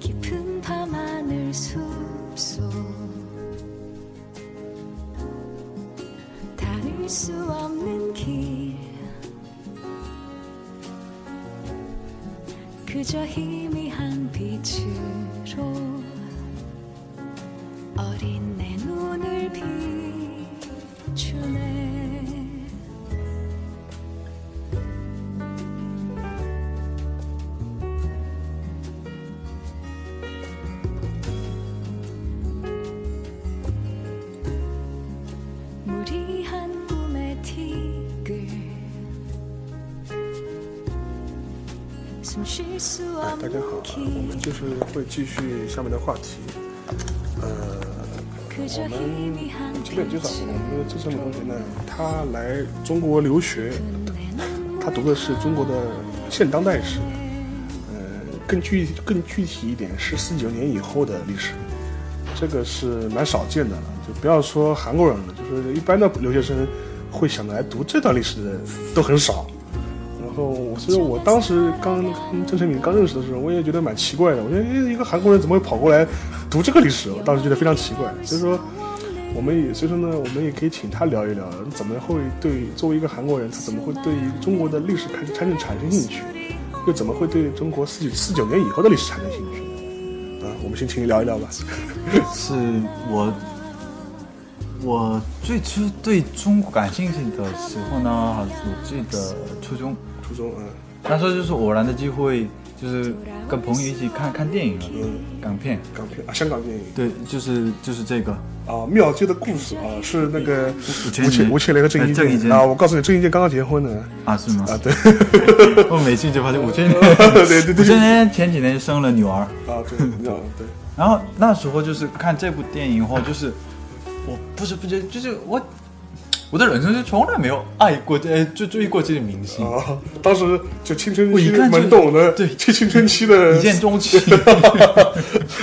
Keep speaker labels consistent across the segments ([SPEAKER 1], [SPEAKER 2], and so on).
[SPEAKER 1] 깊은 밤하늘 숲속 닿을 수 없는 길 그저 희미한 빛으로 어린 내 눈을 비추네 무리한 꿈의 티끌 숨 쉴 수
[SPEAKER 2] 哎，大家好，
[SPEAKER 1] 없는
[SPEAKER 2] 啊，我们
[SPEAKER 1] 길
[SPEAKER 2] 就是会继续下面的话题。呃，
[SPEAKER 1] 그저
[SPEAKER 2] 我们
[SPEAKER 1] 희미한
[SPEAKER 2] 这边介绍我
[SPEAKER 1] 빛으로
[SPEAKER 2] 们的资深的同学呢，他来中国留学，
[SPEAKER 1] 내
[SPEAKER 2] 他
[SPEAKER 1] 눈물
[SPEAKER 2] 读的是中国的现当代史，呃，更具更具体一点是四九年以后的历史，这个是蛮少见的了。就不要说韩国人了，就是呃一般的留学生会想着来读这段历史的人都很少。然后呃我其实我当时刚跟郑成敏刚认识的时候，我也觉得蛮奇怪的。我觉得诶一个韩国人怎么会跑过来读这个历史？我当时觉得非常奇怪。所以说，我们也所以说呢，我们也可以请他聊一聊，怎么会对作为一个韩国人，他怎么会对中国的历史产产生产生兴趣，又怎么会对中国四九四九年以后的历史产生兴趣？啊，我们先请你聊一聊吧。
[SPEAKER 3] 是我我最初对中国感兴趣的时候呢，还是我记得初中，
[SPEAKER 2] 初中，嗯
[SPEAKER 3] 那时候就是偶然的机会，就是跟朋友一起看看电影了，
[SPEAKER 2] 嗯，
[SPEAKER 3] 港片。
[SPEAKER 2] 港片啊，香港电影
[SPEAKER 3] 对，就是就是这个，
[SPEAKER 2] 啊，《庙街的故事》啊，是那个
[SPEAKER 3] 吴哎
[SPEAKER 2] 吴倩吴倩莲和郑伊
[SPEAKER 3] 郑伊健
[SPEAKER 2] 健啊，我告诉你，郑伊健刚刚结婚呢。
[SPEAKER 3] 啊，是吗？
[SPEAKER 2] 啊，对，
[SPEAKER 3] 我每次就发现吴 倩，
[SPEAKER 2] 对对对
[SPEAKER 3] 吴倩
[SPEAKER 2] 对，
[SPEAKER 3] 莲前几年生了女儿，
[SPEAKER 2] 啊对，你 知道对，
[SPEAKER 3] 然后那时候就是看这部电影后，就是我不知不觉，就是我我的人生就从来没有爱过这就注意过这些明星，
[SPEAKER 2] 啊，当时就青春
[SPEAKER 3] 我
[SPEAKER 2] 期
[SPEAKER 3] 一看就
[SPEAKER 2] 懵懂的，
[SPEAKER 3] 对
[SPEAKER 2] 青青春期的
[SPEAKER 3] 一见钟情。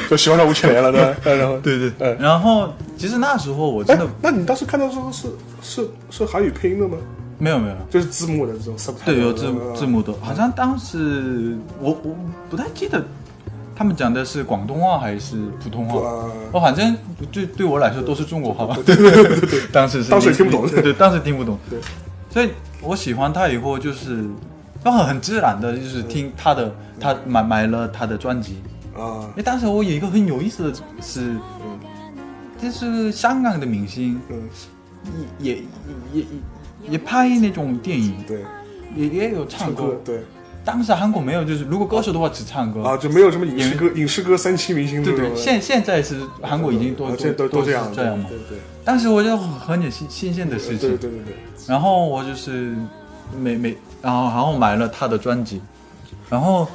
[SPEAKER 2] 就喜欢上吴倩莲了，对吧，然后
[SPEAKER 3] 对对，
[SPEAKER 2] 嗯
[SPEAKER 3] 然后其实那时候我真
[SPEAKER 2] 哎
[SPEAKER 3] 的，
[SPEAKER 2] 那你当时看到这个是是是韩语配音的吗？
[SPEAKER 3] 没有没有，
[SPEAKER 2] 就是字幕的这种 subtitle，
[SPEAKER 3] 对，有字
[SPEAKER 2] 嗯
[SPEAKER 3] 字幕的，好像当时我我不太记得他们讲的是广东话还是普通话，
[SPEAKER 2] 啊，
[SPEAKER 3] 我反正对对我来说都是中国话吧，对对对对对， 当时是
[SPEAKER 2] 当时也听不懂
[SPEAKER 3] 对对，当时听不懂，
[SPEAKER 2] 对，
[SPEAKER 3] 所以我喜欢他以后就是，然后很自然的就是听他的，他买买了他的专辑，
[SPEAKER 2] 啊
[SPEAKER 3] 因，为当时我有一个很有意思的是，就是香港的明星。
[SPEAKER 2] 嗯，
[SPEAKER 3] 也也也也拍那种电影，
[SPEAKER 2] 对，
[SPEAKER 3] 也也有唱
[SPEAKER 2] 唱
[SPEAKER 3] 歌
[SPEAKER 2] 歌。对
[SPEAKER 3] 当时韩国没有，就是如果歌手的话只唱歌。
[SPEAKER 2] 啊，就没有什么影视歌影视歌三期明星
[SPEAKER 3] 对
[SPEAKER 2] 这
[SPEAKER 3] 对，
[SPEAKER 2] 种
[SPEAKER 3] 现现在是韩国已经多
[SPEAKER 2] 啊这
[SPEAKER 3] 多
[SPEAKER 2] 都都
[SPEAKER 3] 是
[SPEAKER 2] 这样
[SPEAKER 3] 这样嘛
[SPEAKER 2] 对。对
[SPEAKER 3] 当时我就很很有新新鲜的事
[SPEAKER 2] 对
[SPEAKER 3] 情
[SPEAKER 2] 对，对对对，
[SPEAKER 3] 然后我就是每每然后然后买了他的专辑，然后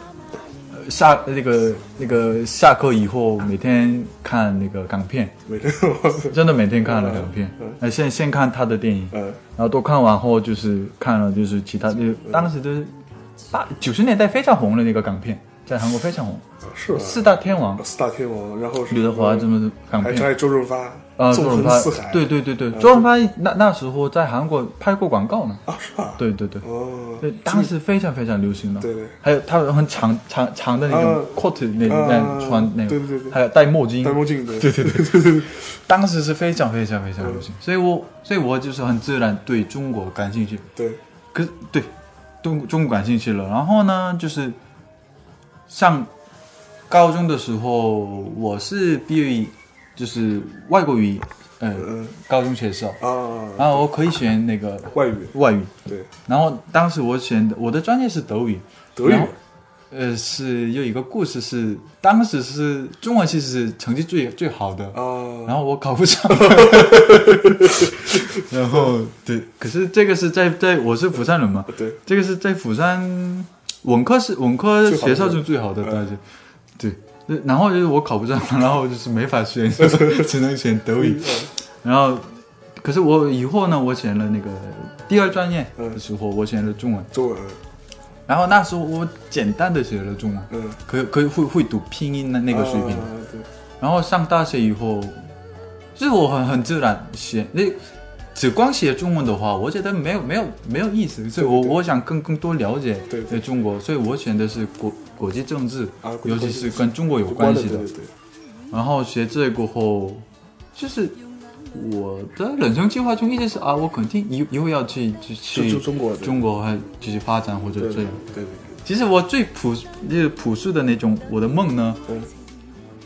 [SPEAKER 3] 呃下那个那个下课以后每天看那个港片，
[SPEAKER 2] 每天我
[SPEAKER 3] 真的每天看了港片
[SPEAKER 2] 嗯嗯，
[SPEAKER 3] 呃先先看他的电影，
[SPEAKER 2] 嗯
[SPEAKER 3] 然后都看完后就是看了就是其他就是当时的八九十年代非常红的那个港片，在韩国非常红，
[SPEAKER 2] 是吧
[SPEAKER 3] 四大天王，
[SPEAKER 2] 四大天王，然后是嗯
[SPEAKER 3] 刘德华这么的港
[SPEAKER 2] 还
[SPEAKER 3] 片，
[SPEAKER 2] 还周润发，
[SPEAKER 3] 啊，周
[SPEAKER 2] 纵
[SPEAKER 3] 润
[SPEAKER 2] 横
[SPEAKER 3] 发
[SPEAKER 2] 四海，，
[SPEAKER 3] 对对对对，周润发那那时候在韩国拍过广告呢，
[SPEAKER 2] 啊，是吧？，
[SPEAKER 3] 对对对，
[SPEAKER 2] 哦，
[SPEAKER 3] 对，当时非常非常流行的，
[SPEAKER 2] 对对
[SPEAKER 3] 还有他们很长长长的那
[SPEAKER 2] 啊
[SPEAKER 3] 种 coat 那
[SPEAKER 2] 啊
[SPEAKER 3] 那穿那
[SPEAKER 2] 对
[SPEAKER 3] 个
[SPEAKER 2] 对对，对
[SPEAKER 3] 还有戴墨镜
[SPEAKER 2] 戴，墨镜的，
[SPEAKER 3] 对对对对，当时是非常非常非常
[SPEAKER 2] 嗯
[SPEAKER 3] 流行，所以我所以我就是很自然对中国感兴趣，
[SPEAKER 2] 对，
[SPEAKER 3] 可是对中中国感兴趣了。然后呢，就是上高中的时候，我是毕业于就是外国语呃
[SPEAKER 2] 嗯
[SPEAKER 3] 高中学校，
[SPEAKER 2] 啊，
[SPEAKER 3] 然后我可以选那个
[SPEAKER 2] 外语，
[SPEAKER 3] 外语，
[SPEAKER 2] 对，
[SPEAKER 3] 然后当时我选的我的专业是德语，
[SPEAKER 2] 德语
[SPEAKER 3] 然后呃，是有一个故事是，当时是中文系是成绩最最好的，
[SPEAKER 2] 啊，
[SPEAKER 3] 然后我考 不上，然后对，可是这个是在在我是釜山人嘛，
[SPEAKER 2] 对，
[SPEAKER 3] 这个是在釜山文科是文科学校中最好的大学，对，对然后就是我考不上，然后就是没法 选，只能选德语，
[SPEAKER 2] 嗯
[SPEAKER 3] 然后可是我以后呢，我选了那个第二专业的时候，我选了中文，
[SPEAKER 2] 中文，
[SPEAKER 3] 然后那时候我简单的学了中文，
[SPEAKER 2] 嗯，
[SPEAKER 3] 可以可以会会读拼音的那个水平。
[SPEAKER 2] 啊对，
[SPEAKER 3] 然后上大学以后，就是我很很自然写，那只光写中文的话，我觉得没有没有没有意思，所以我我想更更多了解
[SPEAKER 2] 对对
[SPEAKER 3] 中国，所以我选的是国国际政治，
[SPEAKER 2] 啊国际
[SPEAKER 3] 尤其
[SPEAKER 2] 政治
[SPEAKER 3] 是跟中国有
[SPEAKER 2] 有
[SPEAKER 3] 关
[SPEAKER 2] 的
[SPEAKER 3] 系的
[SPEAKER 2] 对。对对，
[SPEAKER 3] 然后学这过后，就是我的人生计划中一直是啊，我肯定以以后要去去去
[SPEAKER 2] 就中国的
[SPEAKER 3] 中国还继续发展或者
[SPEAKER 2] 对
[SPEAKER 3] 这
[SPEAKER 2] 对
[SPEAKER 3] 样。
[SPEAKER 2] 对对，
[SPEAKER 3] 其实我最朴就是朴素的那种我的梦呢，
[SPEAKER 2] 嗯，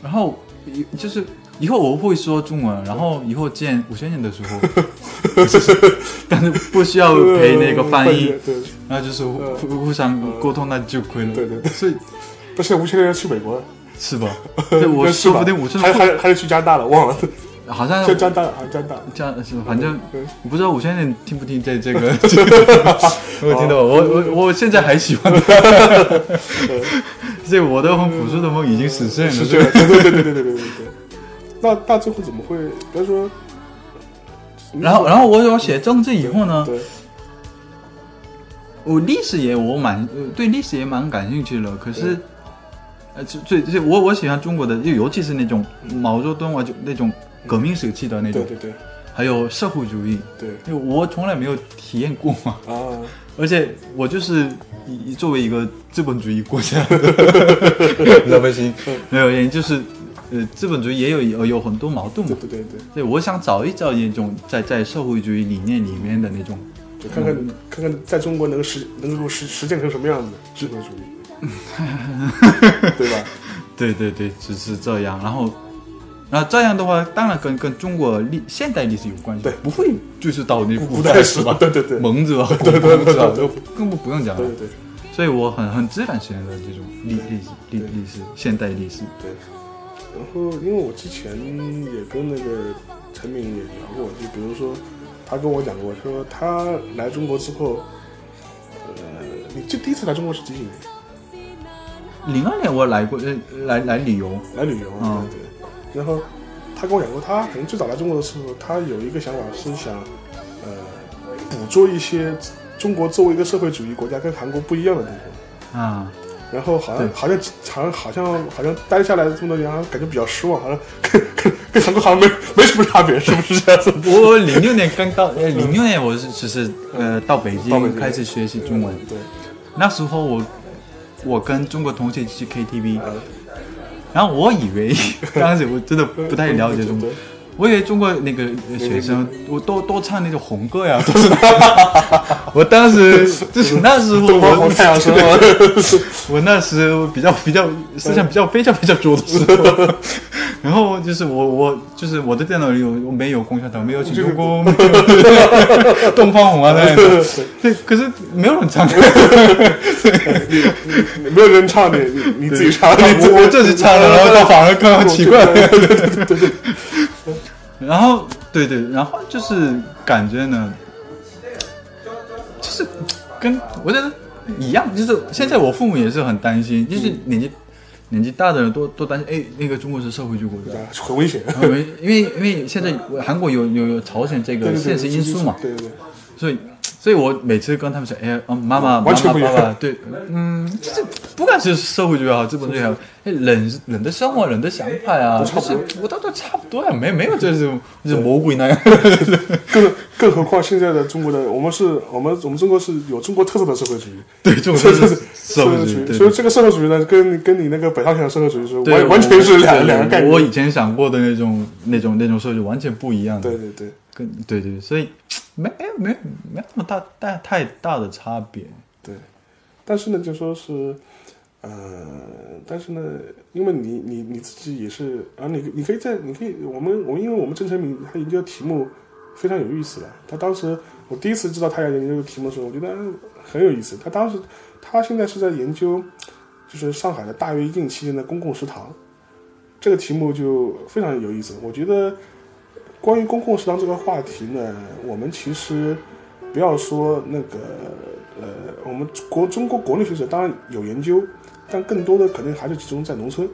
[SPEAKER 3] 然后以就是以后我会说中文，然后以后见五千人的时 候，就是但是不需要陪那个翻译
[SPEAKER 2] 嗯，对，
[SPEAKER 3] 然后就是互互相沟通，那就亏了。
[SPEAKER 2] 嗯对对对
[SPEAKER 3] 所以
[SPEAKER 2] 但现在吴千人去美国了，
[SPEAKER 3] 是 吧？对，我
[SPEAKER 2] 是
[SPEAKER 3] 说
[SPEAKER 2] 吧
[SPEAKER 3] 不定我真
[SPEAKER 2] 还
[SPEAKER 3] 的
[SPEAKER 2] 还还是去加拿大了，忘了，
[SPEAKER 3] 会好像
[SPEAKER 2] 去加拿大了，啊加拿大了。
[SPEAKER 3] 这样是，反正
[SPEAKER 2] 对
[SPEAKER 3] 我不知道五千人听不听 这这个这个，我听到
[SPEAKER 2] 哦
[SPEAKER 3] 我我我现在还喜欢他， 所以我的很朴素的梦已经实现
[SPEAKER 2] 嗯
[SPEAKER 3] 了。
[SPEAKER 2] 是这样，对对对对对对对对对。那那最后怎么会？比如说，
[SPEAKER 3] 然后然后我有写政治以后呢，
[SPEAKER 2] 对，
[SPEAKER 3] 我哦历史也我蛮呃对历史也蛮感兴趣的，可是，呃，就最就我我喜欢中国的，就尤其是那种毛泽东啊，就那种革命时期的那种
[SPEAKER 2] 嗯对，对对
[SPEAKER 3] 还有社会主义，
[SPEAKER 2] 对
[SPEAKER 3] 因为我从来没有体验过嘛，
[SPEAKER 2] 啊，
[SPEAKER 3] 而且我就是以作为一个资本主义国 家的老百姓， 没有人就是呃资本主义也有有有很多矛盾
[SPEAKER 2] 对
[SPEAKER 3] 嘛，
[SPEAKER 2] 对对对，
[SPEAKER 3] 对，我想找一找那种在在社会主义理念里面的那种
[SPEAKER 2] 就看看
[SPEAKER 3] 嗯
[SPEAKER 2] 看看在中国能实能够实实践成什么样子，资本主 义，对吧？
[SPEAKER 3] 对对对，只是这样。然后，那这样的话，当然跟跟中国历现代历史有关系，
[SPEAKER 2] 对
[SPEAKER 3] 不会就是到那
[SPEAKER 2] 古
[SPEAKER 3] 代
[SPEAKER 2] 代
[SPEAKER 3] 史
[SPEAKER 2] 史
[SPEAKER 3] 吧
[SPEAKER 2] 吧？？对对对，
[SPEAKER 3] 蒙子啊，对对
[SPEAKER 2] 对对对
[SPEAKER 3] 更不不用讲
[SPEAKER 2] 对
[SPEAKER 3] 了
[SPEAKER 2] 对。对
[SPEAKER 3] 所以我很很自然选择这种历历史历
[SPEAKER 2] 对
[SPEAKER 3] 历史现代历史，
[SPEAKER 2] 对。然后，因为我之前也跟那个陈敏也聊过，就比如说，他跟我讲过，说他来中国之后，呃，你这第一次来中国是几几年？
[SPEAKER 3] 零二年我来过，呃，来来旅游，
[SPEAKER 2] 来旅游啊
[SPEAKER 3] 嗯，
[SPEAKER 2] 对。然后他跟我讲过，他可能最早来中国的时候，他有一个想法是想，呃，捕捉一些中国作为一个社会主义国家跟韩国不一样的地方。
[SPEAKER 3] 啊，
[SPEAKER 2] 然后好像
[SPEAKER 3] 对
[SPEAKER 2] 好像好像好像好像待下来这么多年，好像感觉比较失望，好像 跟跟跟韩国好像没没什么差别，是不是这样子？
[SPEAKER 3] 我零六年刚到，呃，零六年我是只是呃到
[SPEAKER 2] 到
[SPEAKER 3] 北
[SPEAKER 2] 北京
[SPEAKER 3] 京开始学习中文，
[SPEAKER 2] 对，
[SPEAKER 3] 那时候我我跟中国同学去 KTV，
[SPEAKER 2] 呃，
[SPEAKER 3] 然后我以为当时我真的不太了解中国
[SPEAKER 2] 对，
[SPEAKER 3] 我以为中国那个呃学生我都都唱那种红歌呀，都是我当时就是那时候
[SPEAKER 2] 东方
[SPEAKER 3] 我
[SPEAKER 2] 红太阳升啊，
[SPEAKER 3] 我那时候比较比较思想比较非常非常弱的时候，然后就是我我就是我的电脑里有我没有共产党，没有请中国，没有东方红啊那种，对，可是没有人唱歌，
[SPEAKER 2] 没有人唱你，你你自己唱，你自己
[SPEAKER 3] 我我这是唱 了，然后他反而更奇怪。然后对对，然后就是感觉呢，就是跟我觉得一样，就是现在我父母也是很担心，就是年纪、年纪大的人都都担心，哎，那个中国是社会主义国家。
[SPEAKER 2] 很危险。
[SPEAKER 3] 因为因为因为现在韩国有有有朝鲜这
[SPEAKER 2] 对
[SPEAKER 3] 个
[SPEAKER 2] 对对
[SPEAKER 3] 现实因素嘛，
[SPEAKER 2] 对对对，
[SPEAKER 3] 所以所以我每次跟他们说，哎，嗯妈妈妈
[SPEAKER 2] 完全
[SPEAKER 3] 妈
[SPEAKER 2] 不一样
[SPEAKER 3] 爸爸，对，嗯，就是不管是社会主义也好，资本主义也好，哎，人人的生活、人的想法啊，
[SPEAKER 2] 差
[SPEAKER 3] 就
[SPEAKER 2] 不多
[SPEAKER 3] 是我都都差不多呀，没没有这种就是魔 鬼那样，
[SPEAKER 2] 更更何况现在的中国的，我们是我们我们中国是有中国特色的社会主义，
[SPEAKER 3] 对，这种
[SPEAKER 2] 这
[SPEAKER 3] 就是
[SPEAKER 2] 是
[SPEAKER 3] 社会主义，对
[SPEAKER 2] 所以
[SPEAKER 3] 对
[SPEAKER 2] 这个社会主义呢，跟跟你那个北上广社会主义是
[SPEAKER 3] 对，
[SPEAKER 2] 完
[SPEAKER 3] 我
[SPEAKER 2] 完全是两
[SPEAKER 3] 对
[SPEAKER 2] 两个概
[SPEAKER 3] 我
[SPEAKER 2] 念
[SPEAKER 3] 以。前想过的那种那种那种社会主义完全不一样的，
[SPEAKER 2] 对对对，
[SPEAKER 3] 跟对对，所以没没没没有那么大大太大的差别，
[SPEAKER 2] 对，但是呢，就说是，呃，但是呢，因为你你你自己也是啊，你你可以在你可以，我们我因为我们郑成敏他研究的题目非常有意思的，他当时我第一次知道他要研究的题目的时候，我觉得嗯很有意思。他当时他现在是在研究，就是上海的大跃进期间的公共食堂，这个题目就非常有意思。我觉得关于公共食堂这个话题呢，我们其实。不要说那个呃，我们国中国国内学者当然有研究，但更多的可能还是集中在农村，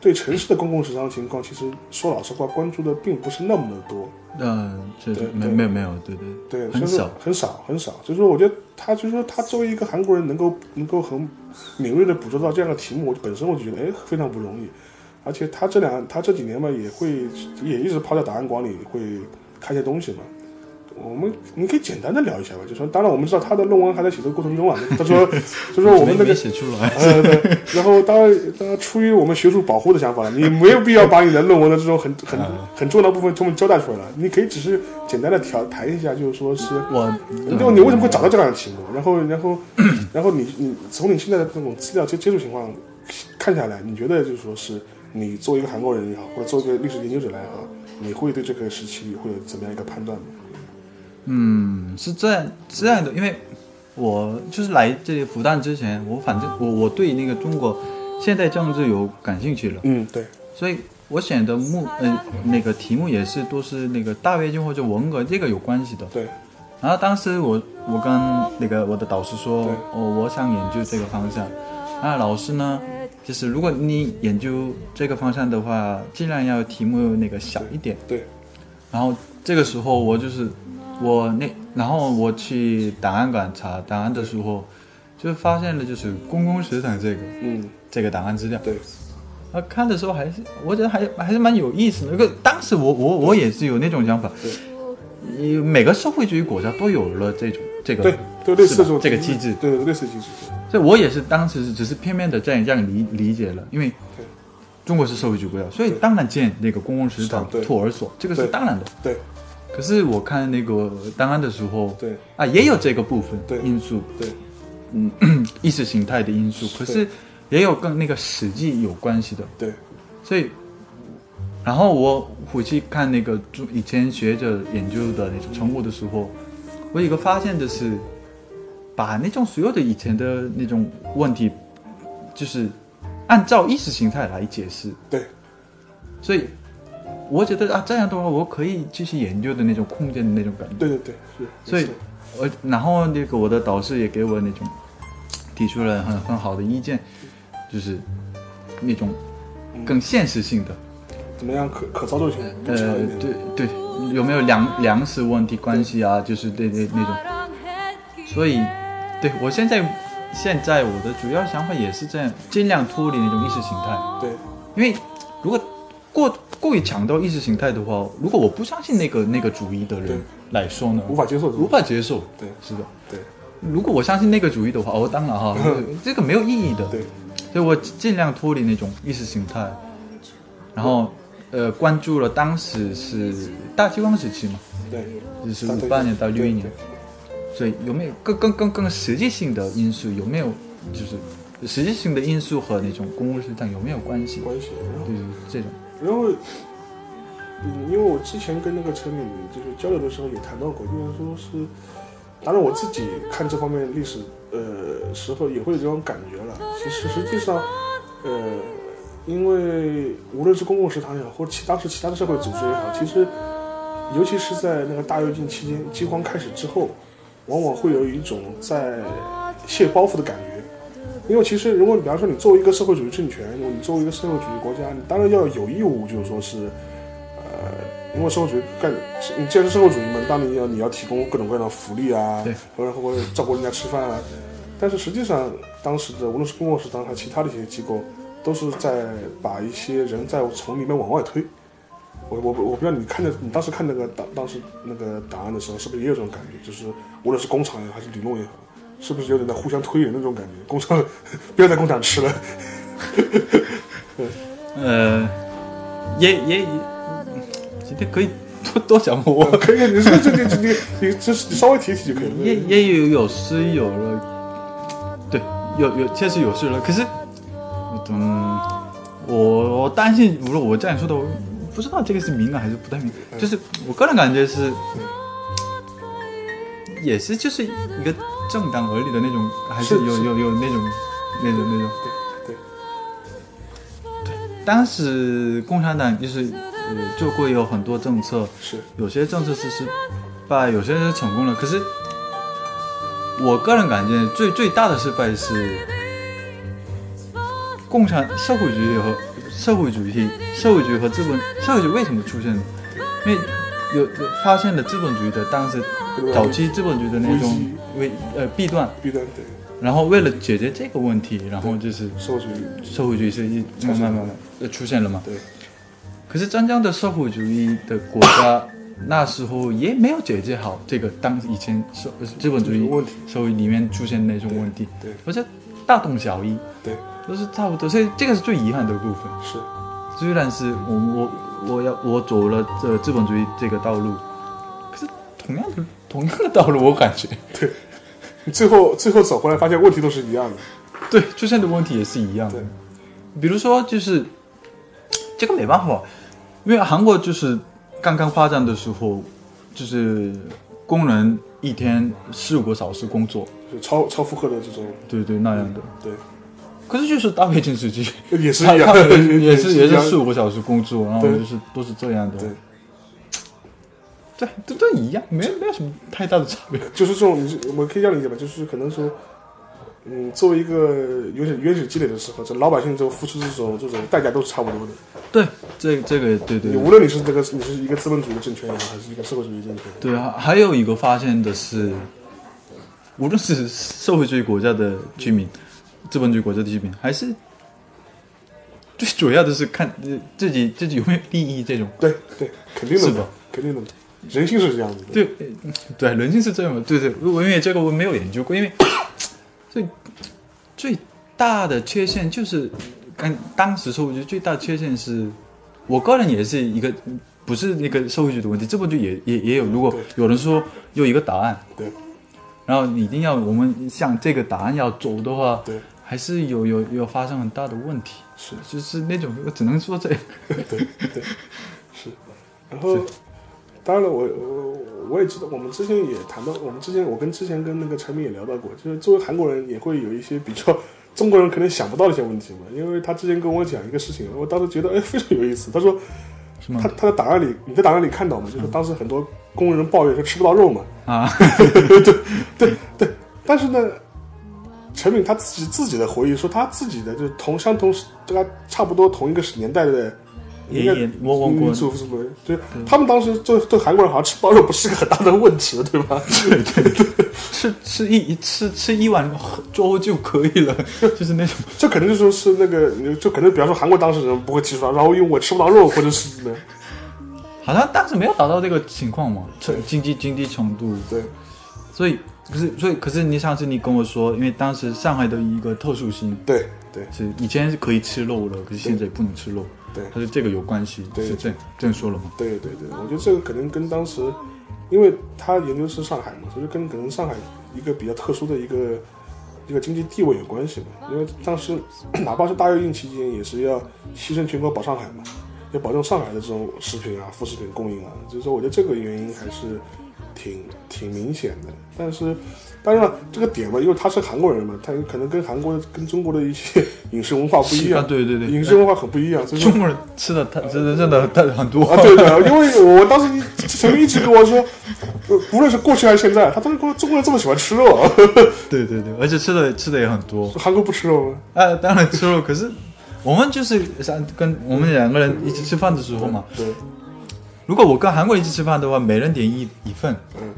[SPEAKER 2] 对城市的公共食堂情况，其实说老实话，关注的并不是那么的多。
[SPEAKER 3] 嗯，这
[SPEAKER 2] 对
[SPEAKER 3] 没
[SPEAKER 2] 对
[SPEAKER 3] 没有没有，对对
[SPEAKER 2] 对，所以
[SPEAKER 3] 很
[SPEAKER 2] 说
[SPEAKER 3] 少
[SPEAKER 2] 很少，很少。所以说，我觉得他就是说，他作为一个韩国人，能够能够很敏锐的捕捉到这样的题目，我本身我就觉得哎非常不容易。而且他这两他这几年嘛，也会也一直泡在档案馆里，会看一些东西嘛。我们你可以简单的聊一下吧，就说当然我们知道他的论文还在写作过程中啊，他说就说我们那
[SPEAKER 3] 没
[SPEAKER 2] 个
[SPEAKER 3] 写出 来，
[SPEAKER 2] 呃，对，然后当然，当然出于我们学术保护的想法，你没有必要把你的论文的这种很很
[SPEAKER 3] 嗯
[SPEAKER 2] 很重要的部分全部交代出来了，你可以只是简单的调谈一下，就是说是，
[SPEAKER 3] 我
[SPEAKER 2] 就你为什么会找到这样的题目，然后然后然后你你从你现在的这种资料接接触情况看下来，你觉得就是说是你作为一个韩国人也好，或者作为一个历史研究者来也好，你会对这个时期会有怎么样一个判断吗？
[SPEAKER 3] 嗯，是这样这样的，因为我就是来这里复旦之前，我反正我我对那个中国现代政治有感兴趣了，
[SPEAKER 2] 嗯，对，
[SPEAKER 3] 所以我选的目呃那个题目也是都是那个大跃进或者文革这个有关系的。
[SPEAKER 2] 对，
[SPEAKER 3] 然后当时我我跟那个我的导师说
[SPEAKER 2] 对，
[SPEAKER 3] 哦，我想研究这个方向。那老师呢，就是如果你研究这个方向的话，尽量要题目那个小一点。
[SPEAKER 2] 对，
[SPEAKER 3] 然后这个时候我就是我那，然后我去档案馆查档案的时候，就发现了就是公共食堂这个
[SPEAKER 2] 嗯，
[SPEAKER 3] 这个档案资料。
[SPEAKER 2] 对，
[SPEAKER 3] 啊，看的时候还是我觉得还还是蛮有意思的。因为当时我我我也是有那种想法，呃每个社会主义国家都有了这种这个
[SPEAKER 2] 对，对，类似
[SPEAKER 3] 是吧
[SPEAKER 2] 这种
[SPEAKER 3] 这个机制，
[SPEAKER 2] 对，对类似机制，
[SPEAKER 3] 所以我也是当时只是片面的这样这样理理解了，因为
[SPEAKER 2] 对
[SPEAKER 3] 中国是社会主义国家，所以当然建那个公共食堂
[SPEAKER 2] 是的对、
[SPEAKER 3] 托儿所，这个是
[SPEAKER 2] 对
[SPEAKER 3] 当然的。
[SPEAKER 2] 对，
[SPEAKER 3] 可是我看那个档案的时候，
[SPEAKER 2] 对，
[SPEAKER 3] 啊，也有这个部分
[SPEAKER 2] 对
[SPEAKER 3] 因素，嗯
[SPEAKER 2] 对，
[SPEAKER 3] 意识形态的因素，可是
[SPEAKER 2] 是
[SPEAKER 3] 也有跟那个实际有关系的。
[SPEAKER 2] 对，
[SPEAKER 3] 所以，然后我回去看那个中以前学者研究的那种成果的时候，我有一个发现就是，把那种所有的以前的那种问题，就是按照意识形态来解释。
[SPEAKER 2] 对，
[SPEAKER 3] 所以，我觉得啊，这样的话我可以继续研究的那种空间的那种感觉。
[SPEAKER 2] 对对对，是，
[SPEAKER 3] 所以
[SPEAKER 2] 没错，
[SPEAKER 3] 我然后那个我的导师也给我那种提出了很很好的意见，就是那种更现实性的，
[SPEAKER 2] 怎么样可可操作性嗯更强
[SPEAKER 3] 呃
[SPEAKER 2] 一，点？
[SPEAKER 3] 对对，有没有粮粮食问题关系啊？就是对对那种，
[SPEAKER 1] 사랑했기에
[SPEAKER 3] 所以对我现在现在我的主要想法也是这样，尽量脱离那种意识形态，
[SPEAKER 2] 对
[SPEAKER 3] 因为如果过过于强调意识形态的话，如果我不相信那个那个主义的
[SPEAKER 2] 对
[SPEAKER 3] 人来说呢，
[SPEAKER 2] 无法接受，
[SPEAKER 3] 无法接受，
[SPEAKER 2] 对
[SPEAKER 3] 是的。
[SPEAKER 2] 对
[SPEAKER 3] 如果我相信那个主义的话，哦，当然哈，这个没有意义的。
[SPEAKER 2] 对，
[SPEAKER 3] 所以我尽量脱离那种意识形态，然后呃，关注了当时是大饥荒时期嘛，
[SPEAKER 2] 对，
[SPEAKER 3] 就是
[SPEAKER 2] 大
[SPEAKER 3] 五
[SPEAKER 2] 对
[SPEAKER 3] 八年到
[SPEAKER 2] 对
[SPEAKER 3] 六一年
[SPEAKER 2] 对，
[SPEAKER 3] 所以有没有更更更更实际性的因素？有没有就是实际性的因素和那种公共食堂有没有关系？
[SPEAKER 2] 关系。然后
[SPEAKER 3] 就是这种，
[SPEAKER 2] 然后，嗯，因为我之前跟那个陈敏就是交流的时候也谈到过，就是说是，当然我自己看这方面历史，呃，时候也会有这种感觉了。其实实际上，呃，因为无论是公共食堂也好，或者其当时其他的社会组织也好，其实尤其是在那个大跃进期间，饥荒开始之后，往往会有一种在卸包袱的感觉。因为其实，如果你比方说你作为一个社会主义政权，如果你作为一个社会主义国家，你当然要有义务，就是说是，呃，因为社会主义干，你既然是社会主义嘛，当然你要你要提供各种各样的福利啊
[SPEAKER 3] 对，
[SPEAKER 2] 或者或者照顾人家吃饭啊。但是实际上，当时的无论是公共食堂还是其他的一些机构，都是在把一些人在从里面往外推。我我我不知道你看着你当时看那个档当时那个档案的时候，是不是也有这种感觉？就是无论是工厂也好，还是里弄也好，是不是有点在互相推人的那种感觉？工厂不要在工厂吃了，
[SPEAKER 3] 呃，也也也，今天可以多多讲我。
[SPEAKER 2] 可以，你这这这这你这你稍微提一提就可以
[SPEAKER 3] 也
[SPEAKER 2] 了。
[SPEAKER 3] 也有有失有了，对，有有确实有失了。可是，嗯，我我担心，无论我这样说的，我不知道这个是敏感还是不太敏感，就是我个人感觉是，也是就是一个正当而立的那种，还是
[SPEAKER 2] 是
[SPEAKER 3] 有
[SPEAKER 2] 是
[SPEAKER 3] 有有那种那种那种。
[SPEAKER 2] 对
[SPEAKER 3] 当时共产党就是呃做过有很多政策，
[SPEAKER 2] 是，
[SPEAKER 3] 有些政策是失败，有些是成功了。可是我个人感觉最最大的失败是共产社会主义和社会主义、社会主义和资本社会主义为什么出现？因为有有发现了资本主义的当时早期资本主义的那种为呃弊端，
[SPEAKER 2] 必然对
[SPEAKER 3] 然后为了解决这个问题，然后就是
[SPEAKER 2] 社会主义，
[SPEAKER 3] 社会主义是一慢慢慢慢呃出现了嘛。
[SPEAKER 2] 对
[SPEAKER 3] 可是真正的社会主义的国家，那时候也没有解决好这个当以前社呃资本主
[SPEAKER 2] 这
[SPEAKER 3] 义
[SPEAKER 2] 个问题
[SPEAKER 3] 社会里面出现的那种问题，
[SPEAKER 2] 对
[SPEAKER 3] 我觉得大同小异，
[SPEAKER 2] 对，
[SPEAKER 3] 都是差不多，所以这个是最遗憾的部分。
[SPEAKER 2] 是
[SPEAKER 3] 虽然是我我我要我走了这资本主义这个道路，可是同样的同样的道路，我感觉
[SPEAKER 2] 对。 你最后最后走回来，发现问题都是一样的。
[SPEAKER 3] 对出现的问题也是一样的
[SPEAKER 2] 对。
[SPEAKER 3] 比如说就是这个没办法，因为韩国就是刚刚发展的时候，就是工人一天十五个小时工作，
[SPEAKER 2] 就超超负荷的这种，
[SPEAKER 3] 对对那样的。
[SPEAKER 2] 对，
[SPEAKER 3] 可是就是大跃进时期，
[SPEAKER 2] 也嗯是
[SPEAKER 3] 他
[SPEAKER 2] 一样
[SPEAKER 3] 他
[SPEAKER 2] 的，
[SPEAKER 3] 们 也 是也
[SPEAKER 2] 一样
[SPEAKER 3] 是
[SPEAKER 2] 的
[SPEAKER 3] 四五个小时工作，然后
[SPEAKER 2] 对
[SPEAKER 3] 就是都是这样的。
[SPEAKER 2] 对，
[SPEAKER 3] 对，都都一样，没没有什么太大的差别。
[SPEAKER 2] 就是这种，你我可以这样理解吧，就是可能说，嗯，作为一个原始原始积累的时候，这老百姓就付出这种这种代价都是差不多的。
[SPEAKER 3] 对，这这个对对
[SPEAKER 2] 你无论你是这个你是一个资本主义的政权也好，还是一个社会主义政权，
[SPEAKER 3] 对啊，还有一个发现的是，无论是社会主义国家的居民、资本主义国家的居民，还是最主要的是看呃自己自己有没有利益这种。
[SPEAKER 2] 对对，肯定的
[SPEAKER 3] 是
[SPEAKER 2] 嘛
[SPEAKER 3] 吧，
[SPEAKER 2] 肯定的嘛，人性是这样子的。
[SPEAKER 3] 对呃对，人性是这样的。对对，我因为这个我没有研究过，因为最最大的缺陷就是，刚当时社会主义最大的缺陷是，我个人也是一个不是那个社会主义的问题，这本就也也也有。如果
[SPEAKER 2] 对
[SPEAKER 3] 有人说有一个答案，
[SPEAKER 2] 对
[SPEAKER 3] 然后你一定要我们向这个答案要走的话，
[SPEAKER 2] 对，
[SPEAKER 3] 还是有有有发生很大的问题，
[SPEAKER 2] 是
[SPEAKER 3] 就是那种我只能说这个，
[SPEAKER 2] 对对是。然后，当然了，我我我也知道，我们之前也谈到，我们之前我跟之前跟那个陈明也聊到过，就是作为韩国人也会有一些比较中国人可能想不到的一些问题嘛。因为他之前跟我讲一个事情，我当时觉得哎非常有意思。他说
[SPEAKER 3] 是吗
[SPEAKER 2] 他？他的档案里，你在档案里看到嘛，就是当时很多工人抱怨说吃不到肉嘛，
[SPEAKER 3] 啊，
[SPEAKER 2] 但是呢，陈敏他自己自己的回忆说，他自己的就是同相同时跟他差不多同一个时年代的
[SPEAKER 3] 爷爷我我我
[SPEAKER 2] 民族什么，就是他们当时就对韩国人好像吃包肉不是个很大的问题，对 吧？
[SPEAKER 3] 吃吃一吃吃一碗粥就可以了， 就是那种
[SPEAKER 2] 这 可能就说是那个，就可能比方说韩国当事人不会提出来，然后因为我吃不到肉或者是什么，
[SPEAKER 3] 好像当时没有达到这个情况嘛，成经济经济程度，
[SPEAKER 2] 对
[SPEAKER 3] 所以可是所以可是你上次你跟我说，因为当时上海的一个特殊性
[SPEAKER 2] 对对
[SPEAKER 3] 是以前是可以吃肉了，可是现在也不能吃肉，
[SPEAKER 2] 对
[SPEAKER 3] 它是这个有关系，
[SPEAKER 2] 对
[SPEAKER 3] 是这样这样说了吗？
[SPEAKER 2] 对对对，我觉得这个可能跟当时，因为他研究是上海嘛，所以就跟可能上海一个比较特殊的一个一个经济地位有关系嘛。因为当时 哪怕是大跃进期间，也是要牺牲全国保上海嘛，要保证上海的这种食品啊、副食品供应啊。所以说，我觉得这个原因还是挺挺明显的。但是，当然了，这个点嘛，因为他是韩国人嘛，他可能跟韩国、跟中国的一些 饮食文化不一
[SPEAKER 3] 啊，
[SPEAKER 2] 样，
[SPEAKER 3] 对对对，
[SPEAKER 2] 饮食文化很不一样，所以说
[SPEAKER 3] 中。国人吃的太真的真的太很多
[SPEAKER 2] 嗯 啊，，对的，因为我当时陈明一直跟我说，呃无论是过去还是现在，他都是跟我中国人这么喜欢吃肉啊，
[SPEAKER 3] 对对对，而且吃的吃的也很多，
[SPEAKER 2] 韩国不吃肉吗？
[SPEAKER 3] 啊，当然吃肉，可是我们就是像跟我们两个人一起吃饭的时候嘛，
[SPEAKER 2] 对，
[SPEAKER 3] 如果我跟韩国人一起吃饭的话，每人点一一份，
[SPEAKER 2] 嗯，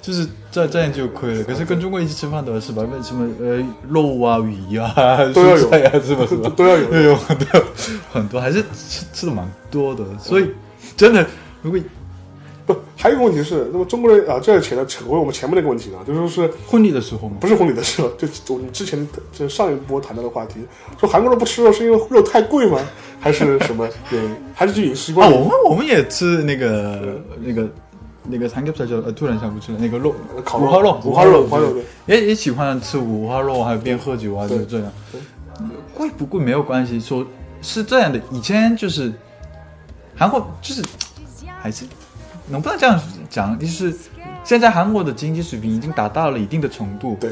[SPEAKER 3] 就是这这样就可以了。可是跟中国一起吃饭的话，是吧？那什么呃肉啊、鱼啊、
[SPEAKER 2] 都要有
[SPEAKER 3] 蔬菜啊，是吧？是
[SPEAKER 2] 都
[SPEAKER 3] 吧？
[SPEAKER 2] 都要有。
[SPEAKER 3] 对，有很多很多，还是吃吃的蛮多的。所以真的，如果
[SPEAKER 2] 不，还有一个问题是，那么中国人啊，这扯到扯回我们前面那个问题了，就是说是
[SPEAKER 3] 婚礼的时候嘛，
[SPEAKER 2] 不是婚礼的事了？就我们之前就上一波谈到的话题，说韩国人不吃肉是因为肉太贵吗？还是什么原因？还是就饮食习
[SPEAKER 3] 啊，
[SPEAKER 2] 惯？
[SPEAKER 3] 我们我们也吃那个那个那个삼겹살叫呃，突然想不起来那个肉，
[SPEAKER 2] 烤
[SPEAKER 3] 五花肉，
[SPEAKER 2] 五花肉，五
[SPEAKER 3] 五
[SPEAKER 2] 花
[SPEAKER 3] 花
[SPEAKER 2] 肉
[SPEAKER 3] 肉，
[SPEAKER 2] 对
[SPEAKER 3] 对，也也喜欢吃五花肉，还有边喝酒啊，
[SPEAKER 2] 对
[SPEAKER 3] 就是这样
[SPEAKER 2] 对。
[SPEAKER 3] 贵不贵没有关系，说是这样的，以前就是韩国就是还是能不能这样讲，就是现在韩国的经济水平已经达到了一定的程度，
[SPEAKER 2] 对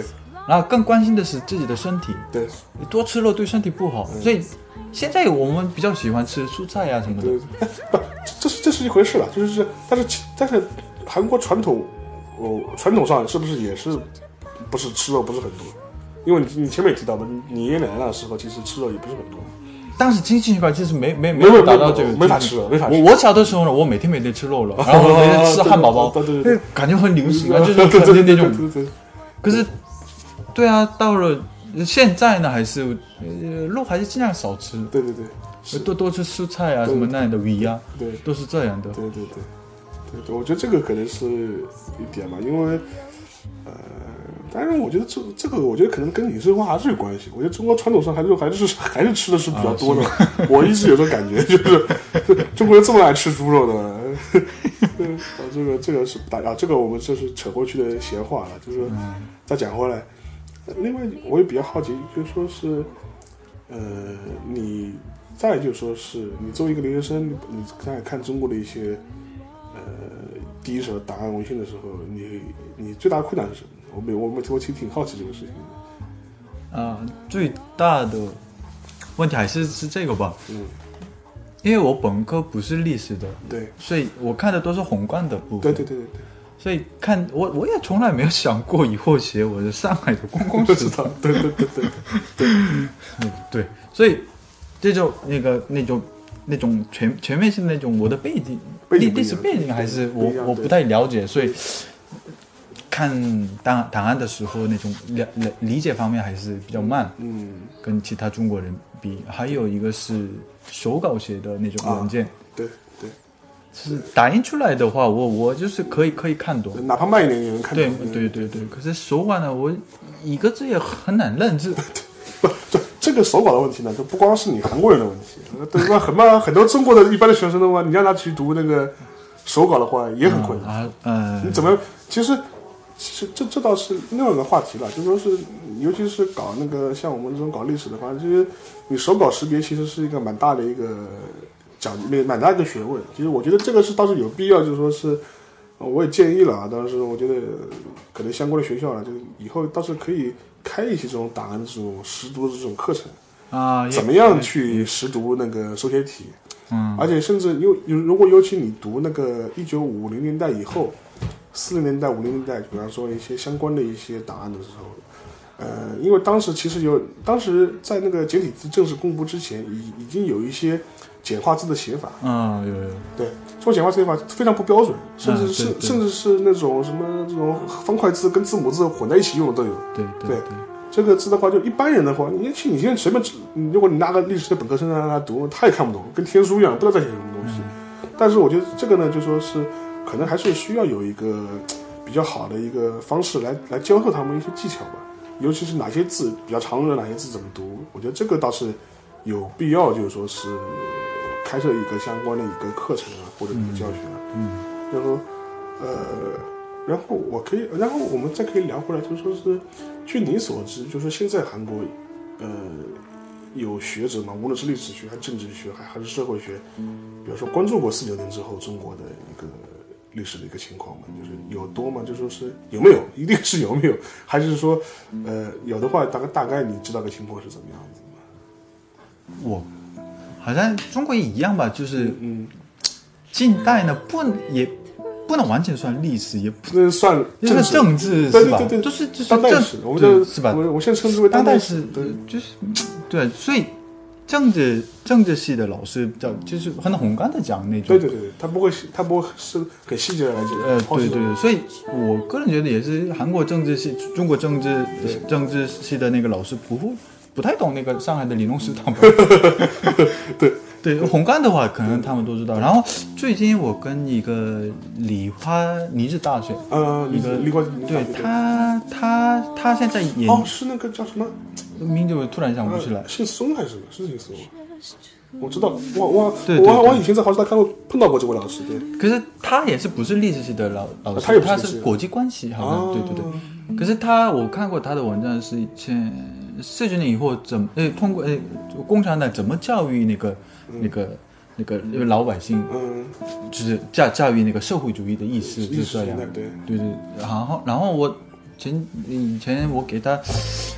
[SPEAKER 3] 然后更关心的是自己的身体，
[SPEAKER 2] 对
[SPEAKER 3] 你多吃肉对身体不好，
[SPEAKER 2] 嗯
[SPEAKER 3] 所以现在我们比较喜欢吃蔬菜啊呀、什么的
[SPEAKER 2] 对，，哎不，这是这是一回事了，就是这但是其但是韩国传统，哦，传统上是不是也是不是吃肉不是很多？因为你你前面也提到嘛，你你爷爷奶奶那时候其实吃肉也不是很多，
[SPEAKER 3] 当时经济情况其实没没
[SPEAKER 2] 没
[SPEAKER 3] 有
[SPEAKER 2] 有
[SPEAKER 3] 达到这个，
[SPEAKER 2] 没法吃了没法吃
[SPEAKER 3] 我我小的时候呢，我每天每天吃 肉了，然后我每天吃汉堡包，
[SPEAKER 2] 对对对对
[SPEAKER 3] 感觉很 流行啊，就是
[SPEAKER 2] 对
[SPEAKER 3] 感觉
[SPEAKER 2] 对
[SPEAKER 3] 那
[SPEAKER 2] 对
[SPEAKER 3] 种。
[SPEAKER 2] 对对，
[SPEAKER 3] 可是，对啊，到了现在呢，还是呃肉还是尽量少吃，
[SPEAKER 2] 对对对
[SPEAKER 3] 多多吃蔬菜啊，
[SPEAKER 2] 对
[SPEAKER 3] 什么那样的鱼啊，
[SPEAKER 2] 对
[SPEAKER 3] 都是这样的。
[SPEAKER 2] 对对对对，我觉得这个可能是一点吧，因为，呃，当然，我觉得这这个，我觉得可能跟饮食文化还是有关系。我觉得中国传统上还是还是还是吃的是比较多的。我一直有这感觉，就是就中国人这么爱吃猪肉的， 啊，这个这个是不大啊，这个我们这是扯过去的闲话了，就是说再讲回来。另外，我也比较好奇，就是说是，呃，你再就说是你作为一个留学生，你你在看中国的一些。第一手档案文献的时候，你你最大的困难是什么？我没我没我挺挺好奇这个事情的。
[SPEAKER 3] 啊、最大的问题还是是这个吧，
[SPEAKER 2] 嗯，
[SPEAKER 3] 因为我本科不是历史的，
[SPEAKER 2] 对，
[SPEAKER 3] 所以我看的都是宏观的部分。
[SPEAKER 2] 对对对对对，
[SPEAKER 3] 所以看我我也从来没有想过以后写我的上海的公共
[SPEAKER 2] 不
[SPEAKER 3] 史
[SPEAKER 2] 知道，对对对对，
[SPEAKER 3] 嗯，对，所以这就那个那种那种全全面性的那种我的背景
[SPEAKER 2] 背
[SPEAKER 3] 历
[SPEAKER 2] 景不
[SPEAKER 3] 历
[SPEAKER 2] 一
[SPEAKER 3] 史
[SPEAKER 2] 样
[SPEAKER 3] 背景还是
[SPEAKER 2] 不
[SPEAKER 3] 我
[SPEAKER 2] 一样
[SPEAKER 3] 我
[SPEAKER 2] 对
[SPEAKER 3] 不太了解，所以看档档案的时候那种了了理解方面还是比较慢，
[SPEAKER 2] 嗯，
[SPEAKER 3] 跟其他中国人比，还有一个是手稿写的那种文件，
[SPEAKER 2] 对对，
[SPEAKER 3] 是打印出来的话，我我就是可以可以看懂，
[SPEAKER 2] 哪怕慢一点也能看
[SPEAKER 3] 对
[SPEAKER 2] 懂
[SPEAKER 3] 对对对，可是手腕呢，我一个字也很难 认字。
[SPEAKER 2] 不，这这个手稿的问题呢，就不光是你韩国人的问题，对吧？很多很多中国的一般的学生的话，你让他去读那个手稿的话，也很困难。
[SPEAKER 3] 啊呃
[SPEAKER 2] 你，怎么？其实，其实这这倒是另外一个话题了，就说是，尤其是搞那个像我们这种搞历史的话，就是你手稿识别其实是一个蛮大的一个讲，蛮蛮大一个学问。其实我觉得这个是倒是有必要，就是说是，呃我也建议了啊，当时我觉得可能相关的学校了，就以后倒是可以开一些这种档案的这种识读的这种课程。
[SPEAKER 3] 啊，也
[SPEAKER 2] 怎么样去识读那个手写体？
[SPEAKER 3] 嗯，
[SPEAKER 2] 而且甚至尤尤如果尤其你读那个一九五零年代以后，四零年代、五零年代，比方说一些相关的一些档案的时候，呃，因为当时其实有，当时在那个简体字正式公布之前，已已经有一些简化字的写法，
[SPEAKER 3] 嗯有有
[SPEAKER 2] 对，这种简化字写法非常不标准，甚至
[SPEAKER 3] 嗯
[SPEAKER 2] 是、
[SPEAKER 3] 对对
[SPEAKER 2] 甚至是那种什么这种方块字跟字母字混在一起用的都有。
[SPEAKER 3] 对
[SPEAKER 2] 对
[SPEAKER 3] 对，
[SPEAKER 2] 这个字的话，就一般人的话，你去你现在随便指，你如果你拿个历史的本科生让他读，他也看不懂，跟天书一样，不知道在写什么东西。
[SPEAKER 3] 嗯
[SPEAKER 2] 但是我觉得这个呢，就说是可能还是需要有一个呃比较好的一个方式来来教授他们一些技巧吧，尤其是哪些字比较常用的，哪些字怎么读，我觉得这个倒是有必要，就是说是开设一个相关的一个课程啊，或者一个教学啊。
[SPEAKER 3] 嗯，
[SPEAKER 2] 然后呃，然后我可以，然后我们再可以聊回来，就说是据你所知，就是现在韩国呃有学者嘛，无论是历史学、还是政治学，还还是社会学，比如说关注过四九年之后中国的一个历史的一个情况嘛，就是有多吗？就说是有没有，一定是有没有，还是说呃有的话，大概大概你知道个情况是怎么样子吗？
[SPEAKER 3] 我好像中国也一样吧，就是
[SPEAKER 2] 嗯，
[SPEAKER 3] 近代呢不也不能完全算历史，也不
[SPEAKER 2] 那算
[SPEAKER 3] 这个
[SPEAKER 2] 政治。
[SPEAKER 3] 政治
[SPEAKER 2] 对
[SPEAKER 3] 是吧？
[SPEAKER 2] 对对对
[SPEAKER 3] 就是就是
[SPEAKER 2] 当代
[SPEAKER 3] 政
[SPEAKER 2] 史，我们
[SPEAKER 3] 对
[SPEAKER 2] 就是
[SPEAKER 3] 吧
[SPEAKER 2] 我？们我现在称之为
[SPEAKER 3] 当代
[SPEAKER 2] 代
[SPEAKER 3] 史
[SPEAKER 2] 对，
[SPEAKER 3] 就是对，所以政治政治系的老师比较就是很宏观的讲那种，
[SPEAKER 2] 对对对，对他不会是，他不会是很细节的来讲。
[SPEAKER 3] 呃，
[SPEAKER 2] 抛弃
[SPEAKER 3] 对对对，所以我个人觉得也是韩国政治系、中国政治
[SPEAKER 2] 对
[SPEAKER 3] 政治系的那个老师不会不太懂那个上海的理论史堂吧？
[SPEAKER 2] 对
[SPEAKER 3] 对，红干的话可能他们都知道。然后最近我跟一个理化尼日大学，
[SPEAKER 2] 呃，
[SPEAKER 3] 一
[SPEAKER 2] 李
[SPEAKER 3] 个
[SPEAKER 2] 李光，李
[SPEAKER 3] 对
[SPEAKER 2] 光洁
[SPEAKER 3] 他他他现在研、
[SPEAKER 2] 哦，是那个叫什么？
[SPEAKER 3] 名字我突然想不
[SPEAKER 2] 呃
[SPEAKER 3] 起来，
[SPEAKER 2] 姓孙还是什么？是姓孙吗？我知道，我我
[SPEAKER 3] 对对
[SPEAKER 2] 我
[SPEAKER 3] 对
[SPEAKER 2] 我以前在华师大看过碰到过这位老师，对，
[SPEAKER 3] 可是他也是不是历史系的老老师，
[SPEAKER 2] 嗯哦他也不是
[SPEAKER 3] 他
[SPEAKER 2] 历史系
[SPEAKER 3] 是
[SPEAKER 2] 的
[SPEAKER 3] 国际关系，好像、
[SPEAKER 2] 哦
[SPEAKER 3] 对对对。可是他我看过他的文章是以前四十年以后怎么呃通过呃共产党怎么教育那个、那个那个那个老百姓，
[SPEAKER 2] 嗯，
[SPEAKER 3] 就是教教育那个社会主义的意识，就
[SPEAKER 2] 历
[SPEAKER 3] 是
[SPEAKER 2] 史
[SPEAKER 3] 这
[SPEAKER 2] 年
[SPEAKER 3] 样
[SPEAKER 2] 代。对，
[SPEAKER 3] 对对，然后然后我前以前我给他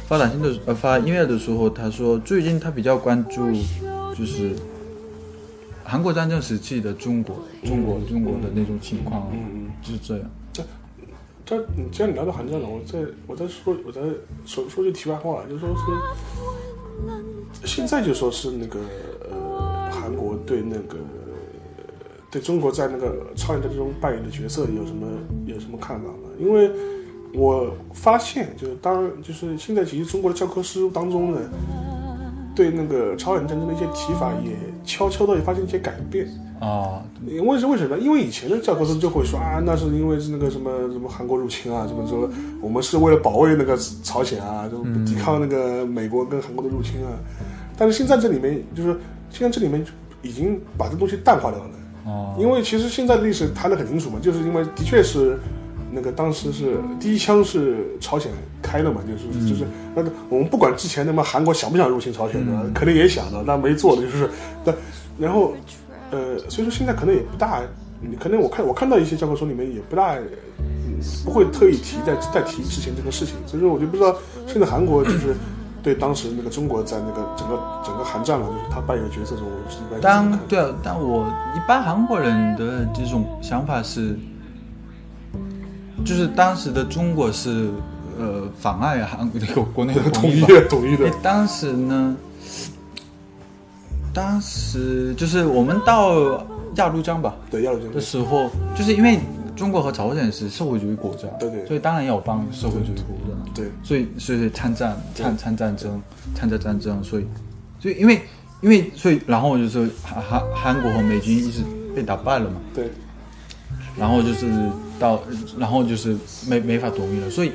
[SPEAKER 3] 发短信的时呃发 email 的时候，他说最近他比较关注就是韩国战争时期的中国中国中国的那种情况，
[SPEAKER 2] 嗯嗯。
[SPEAKER 3] 就是这样。
[SPEAKER 2] 这你既然聊到韩战了，我再我再说我再说说句题外话，就说是现在就说是那个呃韩国对那个对中国在那个朝鲜战争中扮演的角色有什么有什么看法吗？因为我发现就是当就是现在其实中国的教科书当中呢，对那个朝鲜战争的一些提法也悄悄的发生一些改变。
[SPEAKER 3] 啊，
[SPEAKER 2] 因为是为什么？因为以前的教科书就会说啊，那是因为是那个什么什么韩国入侵啊，什么什么，我们是为了保卫那个朝鲜啊，就抵抗那个美国跟韩国的入侵啊。但是现在这里面就是现在这里面已经把这东西淡化掉了，
[SPEAKER 3] 哦，
[SPEAKER 2] 因为其实现在的历史谈得很清楚嘛，就是因为的确是那个当时是第一枪是朝鲜开的嘛，就是、就是那我们不管之前他妈韩国想不想入侵朝鲜的，
[SPEAKER 3] 嗯
[SPEAKER 2] 肯定也想的，但没做的就是，但然后呃，所以说现在可能也不大，你可能我看我看到一些教科书里面也不大，嗯，不会特意提再再提之前这个事情，所以说我就不知道现在韩国就是对当时那个中国在那个整个整个韩战嘛，就是他扮演的角色中，我是一般
[SPEAKER 3] 当
[SPEAKER 2] 是
[SPEAKER 3] 对啊，但我一般韩国人的这种想法是，就是当时的中国是呃妨碍韩那个国内的
[SPEAKER 2] 看统一
[SPEAKER 3] 吧
[SPEAKER 2] 的统一的
[SPEAKER 3] 哎，当时呢，当时就是我们到鸭绿江吧
[SPEAKER 2] 对，亚洲
[SPEAKER 3] 的
[SPEAKER 2] 军
[SPEAKER 3] 时候，就是因为中国和朝鲜是社会主义国家，
[SPEAKER 2] 对对
[SPEAKER 3] 所以当然要帮社会主义国家。
[SPEAKER 2] 对
[SPEAKER 3] 所以所以参战参参战争参加战争，所以所以因为因为所以然后我就说韩韩韩国和美军一直被打败了嘛，
[SPEAKER 2] 对
[SPEAKER 3] 然后就是到然后就是没没法统一了，所以。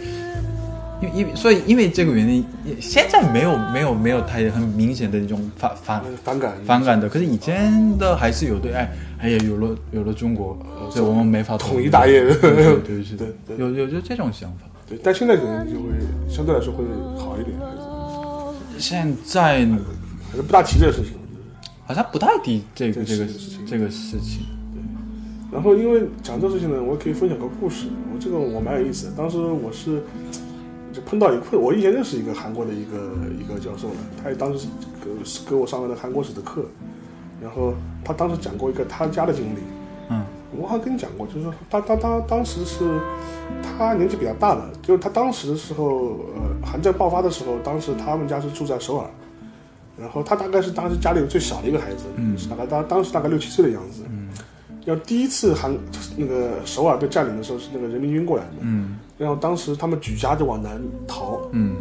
[SPEAKER 3] 因因所以因为这个原因，也现在没有没有没有太很明显的一种反反
[SPEAKER 2] 呃反感
[SPEAKER 3] 反感的，可是以前的还是有对，哎哎呀，有了有了中国，所以我们没法
[SPEAKER 2] 统一大业
[SPEAKER 3] 对对对是的
[SPEAKER 2] 对对
[SPEAKER 3] 有有就这种想法。
[SPEAKER 2] 对，但现在可能就会相对来说会好一点，还是
[SPEAKER 3] 现在
[SPEAKER 2] 还是不大提这个事情。我觉得
[SPEAKER 3] 好像不太提这个
[SPEAKER 2] 这
[SPEAKER 3] 这
[SPEAKER 2] 个
[SPEAKER 3] 个
[SPEAKER 2] 事情
[SPEAKER 3] 这个事情。
[SPEAKER 2] 然后因为讲这个事情呢，我也可以分享个故事。我这个我蛮有意思的，当时我是就碰到一个，我以前认识一个韩国的一个一个教授呢，他也当时给给我上了那个韩国史的课，然后他当时讲过一个他家的经历。
[SPEAKER 3] 嗯
[SPEAKER 2] 我好像跟你讲过，就是说他他他当时是他年纪比较大了，就是他当时的时候，呃，韩战爆发的时候，当时他们家是住在首尔，然后他大概是当时家里最小的一个孩子，
[SPEAKER 3] 嗯
[SPEAKER 2] 是大概当当时大概六七岁的样子。
[SPEAKER 3] 嗯
[SPEAKER 2] 要第一次韩那个首尔被占领的时候，是那个人民军过来的，
[SPEAKER 3] 嗯
[SPEAKER 2] 然后当时他们举家就往南逃，
[SPEAKER 3] 嗯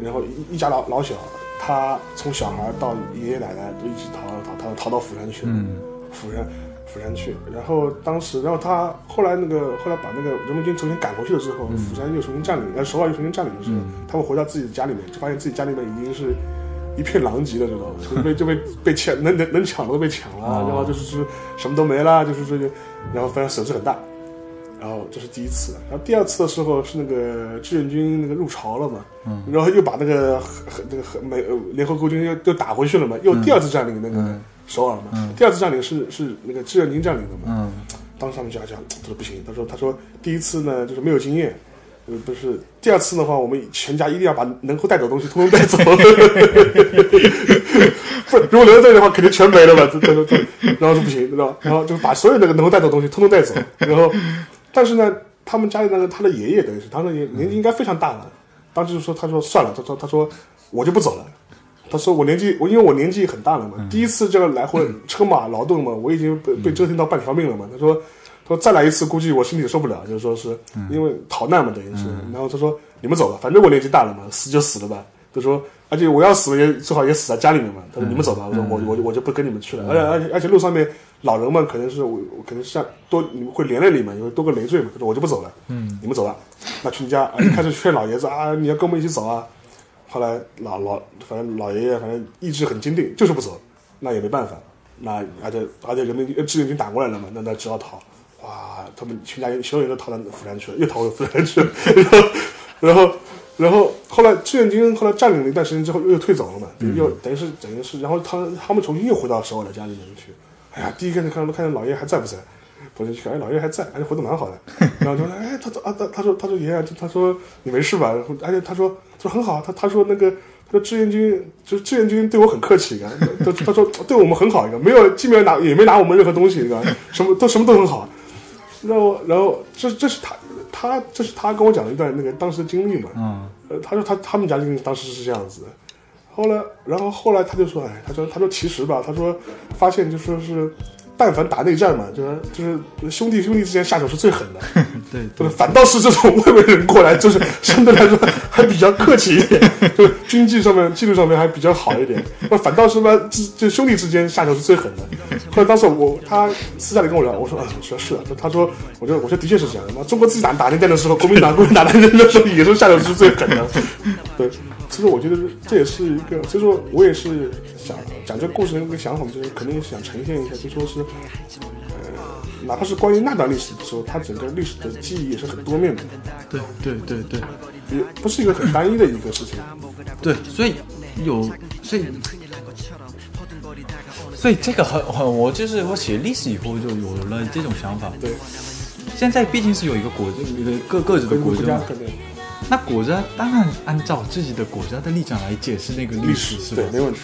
[SPEAKER 2] 然后一一家老老小，他从小孩到爷爷奶奶都一直逃逃逃逃到釜山去了。
[SPEAKER 3] 嗯
[SPEAKER 2] 釜山釜山去，然后当时，然后他后来那个后来把那个人民军重新赶回去了之后，
[SPEAKER 3] 嗯
[SPEAKER 2] 釜山又重新占领，呃，首尔又重新占领的时候，他们回到自己的家里面，就发现自己家里面已经是一片狼藉了，知道吗？就是被就被被抢，能能能抢的都被抢了，
[SPEAKER 3] 哦
[SPEAKER 2] 然后就是是什么都没了，就是这个，然后反正损失很大。然后这是第一次，然后第二次的时候是那个志愿军那个入朝了嘛，
[SPEAKER 3] 嗯
[SPEAKER 2] 然后又把那个和那个和美呃联合国军又又打回去了嘛，又第二次占领那个。
[SPEAKER 3] 嗯
[SPEAKER 2] 首尔嘛，
[SPEAKER 3] 嗯
[SPEAKER 2] 第二次占领是是那个志愿军占领的嘛。
[SPEAKER 3] 嗯
[SPEAKER 2] 当时他们就讲，他说不行，他说他说第一次呢就是没有经验，呃不是第二次的话，我们全家一定要把能够带走的东西通通带走，不 如果留在这里的话，肯定全没了吧？这这这，然后说不行，然后然后就把所有那个能够带走的东西通通带走，然后但是呢，他们家里那个他的爷爷等于是他的爷年纪应该非常大了，当时就说他说算了，他说他说我就不走了。他说：“我年纪，我因为我年纪很大了嘛，第一次这样来回车马劳顿嘛，我已经被被折腾到半条命了嘛。”他说：“他说再来一次，估计我身体受不了，就是说是因为逃难嘛，等于是。然后他说：‘你们走吧，反正我年纪大了嘛，死就死了吧。’他说：‘而且我要死也最好也死在家里面嘛。’他说：‘你们走吧。’我说：‘我我我就不跟你们去了。而且而且而且路上面老人们可能是我我可能像多你们会连累你们，有多个累赘嘛。他说：‘我就不走了，嗯，你们走吧。’那全家哎开始劝老爷子啊，你要跟我们一起走啊。”后来老老反正老爷爷反正意志很坚定，就是不走，那也没办法。那而且而且人民呃志愿军打过来了嘛，那那只好逃。哇，他们全家人所有人都逃到釜山去了，又逃回釜山去了。 然后然后然后后来志愿军后来占领了一段时间之后又又退走了嘛，又等于是等于是，然后他他们重新又回到首尔的家里面去。哎呀，第一个看看看见老爷还在不在？我就去看，哎，老爷还在，而且活得蛮好的。然后就说，哎，他说啊，他他说他说爷爷，他说你没事吧？然后而且他说他说很好，他他说那个他说志愿军就是志愿军对我很客气啊，他他说对我们很好一个，没有既没有拿也没拿我们任何东西一个，什么都什么都很好。然后然后这这是他他这是他跟我讲的一段那个当时的经历嘛，
[SPEAKER 3] 嗯
[SPEAKER 2] 呃，他说他他们家经历当时是这样子的，后来，然后后来他就说，哎，他说他说其实吧，他说发现就说是，但凡打内战嘛，就是就是兄弟兄弟之间下手是最狠的，
[SPEAKER 3] 对对
[SPEAKER 2] 对，反倒是这种外围人过来，就是相对来说还比较客气一点，就是军纪上面、纪律上面还比较好一点。那反倒是呢，之就兄弟之间下手是最狠的。后来当时我他私下里跟我聊，我说啊，我说是啊，他说，我觉得我说的确是这样的。妈，中国自己打打内战的时候，国民党、共产党打内战的时候也是下手是最狠的。对，其实我觉得这也是一个，所以说我也是想讲这个故事的一个想法，就是肯定想呈现一下，就说是。哪怕是关于那段历史的时候，它整个历史的记忆也是很多面的，
[SPEAKER 3] 对对对对
[SPEAKER 2] 也不是一个很单一的一个事情。
[SPEAKER 3] 对，所以有所以所以这个很很，我就是我写历史以后就有了这种想法。
[SPEAKER 2] 对，
[SPEAKER 3] 现在毕竟是有一个国一个各各自的
[SPEAKER 2] 跟
[SPEAKER 3] 国
[SPEAKER 2] 国
[SPEAKER 3] 家
[SPEAKER 2] 家
[SPEAKER 3] 嘛，
[SPEAKER 2] 可能
[SPEAKER 3] 那国家当然按照自己的国家的立场来解释那个历
[SPEAKER 2] 历
[SPEAKER 3] 史，
[SPEAKER 2] 史
[SPEAKER 3] 是吧
[SPEAKER 2] 对？没问题。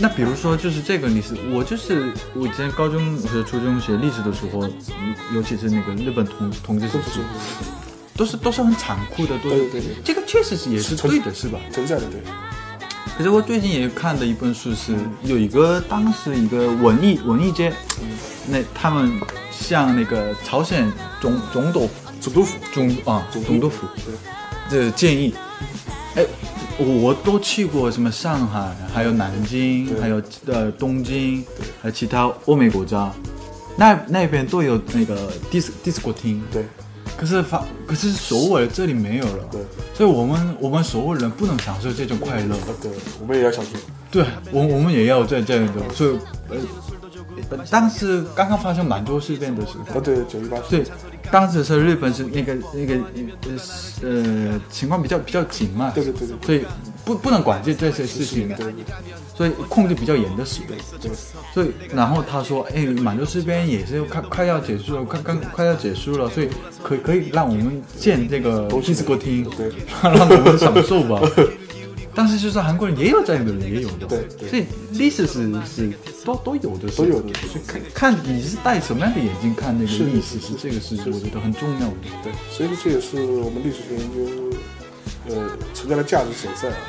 [SPEAKER 3] 那比如说，就是这个历史，我就是我以前高中和初中学历史的时候，尤尤其是那个日本统统治史
[SPEAKER 2] 不不
[SPEAKER 3] 书
[SPEAKER 2] 不，
[SPEAKER 3] 都是都是很残酷的，都
[SPEAKER 2] 对对对对，
[SPEAKER 3] 这个确实是也是
[SPEAKER 2] 是从
[SPEAKER 3] 对的，是吧？
[SPEAKER 2] 存在的对，
[SPEAKER 3] 可是我最近也看了一本书，是有一个当时一个文艺文艺界，那他们向那个朝鲜总总统
[SPEAKER 2] 总督府
[SPEAKER 3] 总啊
[SPEAKER 2] 总督
[SPEAKER 3] 总督府
[SPEAKER 2] 对
[SPEAKER 3] 的建议，哎，我都去过什么上海，还有南京，
[SPEAKER 2] 对
[SPEAKER 3] 还有呃东京，还有其他欧美国家，那那边都有那个 dis disco 厅，
[SPEAKER 2] 对
[SPEAKER 3] 可是法可是首尔这里没有了，
[SPEAKER 2] 对
[SPEAKER 3] 所以我们我们首尔人不能享受这种快乐，
[SPEAKER 2] 啊对，我们也要想说，
[SPEAKER 3] 对我我们也要在这里，所以呃呃，当时刚刚发生蛮多事变的时候。
[SPEAKER 2] 啊对九一八
[SPEAKER 3] 对，当时是日本是那个那个呃呃情况比较比较紧嘛，
[SPEAKER 2] 对对对对
[SPEAKER 3] 所以不不能管这这些事情的，
[SPEAKER 2] 对对
[SPEAKER 3] 所以控制比较严的是，
[SPEAKER 2] 对，
[SPEAKER 3] 所以然后他说，哎，满洲事变也是快快要结束了，快刚快要结束了，所以可以可以让我们建这个
[SPEAKER 2] 都是
[SPEAKER 3] disco 厅，
[SPEAKER 2] 对
[SPEAKER 3] 让我们享受吧。但是就是韩国人也有在日本也有的，
[SPEAKER 2] 对对
[SPEAKER 3] 所以历史是是都都有的，
[SPEAKER 2] 都有的
[SPEAKER 3] 所以看看你是戴什么样的眼镜看那个
[SPEAKER 2] 是
[SPEAKER 3] 历史，是
[SPEAKER 2] 是
[SPEAKER 3] 这个是我觉得很重要的。
[SPEAKER 2] 对，所以说这也是我们历史学研究呃存在的价值所在啊。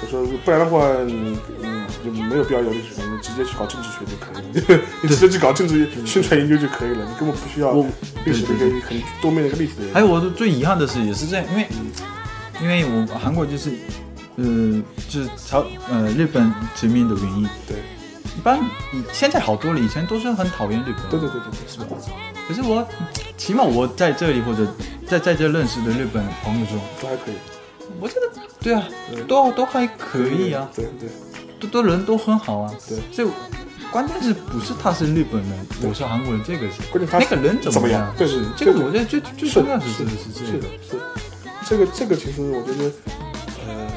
[SPEAKER 2] 我说，不然的话，你嗯，就没有必要有历史学，你直接去搞政治学就可以了， 你直接去搞政治宣传研究就可以了，你根本不需要
[SPEAKER 3] 我
[SPEAKER 2] 历史的一
[SPEAKER 3] 对
[SPEAKER 2] 个很多面的一个历史的研究。
[SPEAKER 3] 还有我最遗憾的是也是这样，因为因为我韩国就是呃就是朝呃日本殖民的原因，
[SPEAKER 2] 对，
[SPEAKER 3] 一般以现在好多了，以前都是很讨厌日本，
[SPEAKER 2] 对对对对对，是吧？
[SPEAKER 3] 可是我起码我在这里或者在在这认识的日本朋友中，
[SPEAKER 2] 都还可以，
[SPEAKER 3] 我觉得对啊，都都还可以啊，
[SPEAKER 2] 对对
[SPEAKER 3] 都都人都很好啊，
[SPEAKER 2] 对
[SPEAKER 3] 所以关键是不是他是日本人，我是韩国人，这个是
[SPEAKER 2] 关键他
[SPEAKER 3] 那个人怎
[SPEAKER 2] 怎么
[SPEAKER 3] 样
[SPEAKER 2] 样？对
[SPEAKER 3] 是
[SPEAKER 2] 对
[SPEAKER 3] 这个
[SPEAKER 2] 对
[SPEAKER 3] 我觉得最最
[SPEAKER 2] 是
[SPEAKER 3] 重要的
[SPEAKER 2] 是
[SPEAKER 3] 是是
[SPEAKER 2] 是
[SPEAKER 3] 这
[SPEAKER 2] 的
[SPEAKER 3] 个，
[SPEAKER 2] 是的这个这个其实我觉得，呃，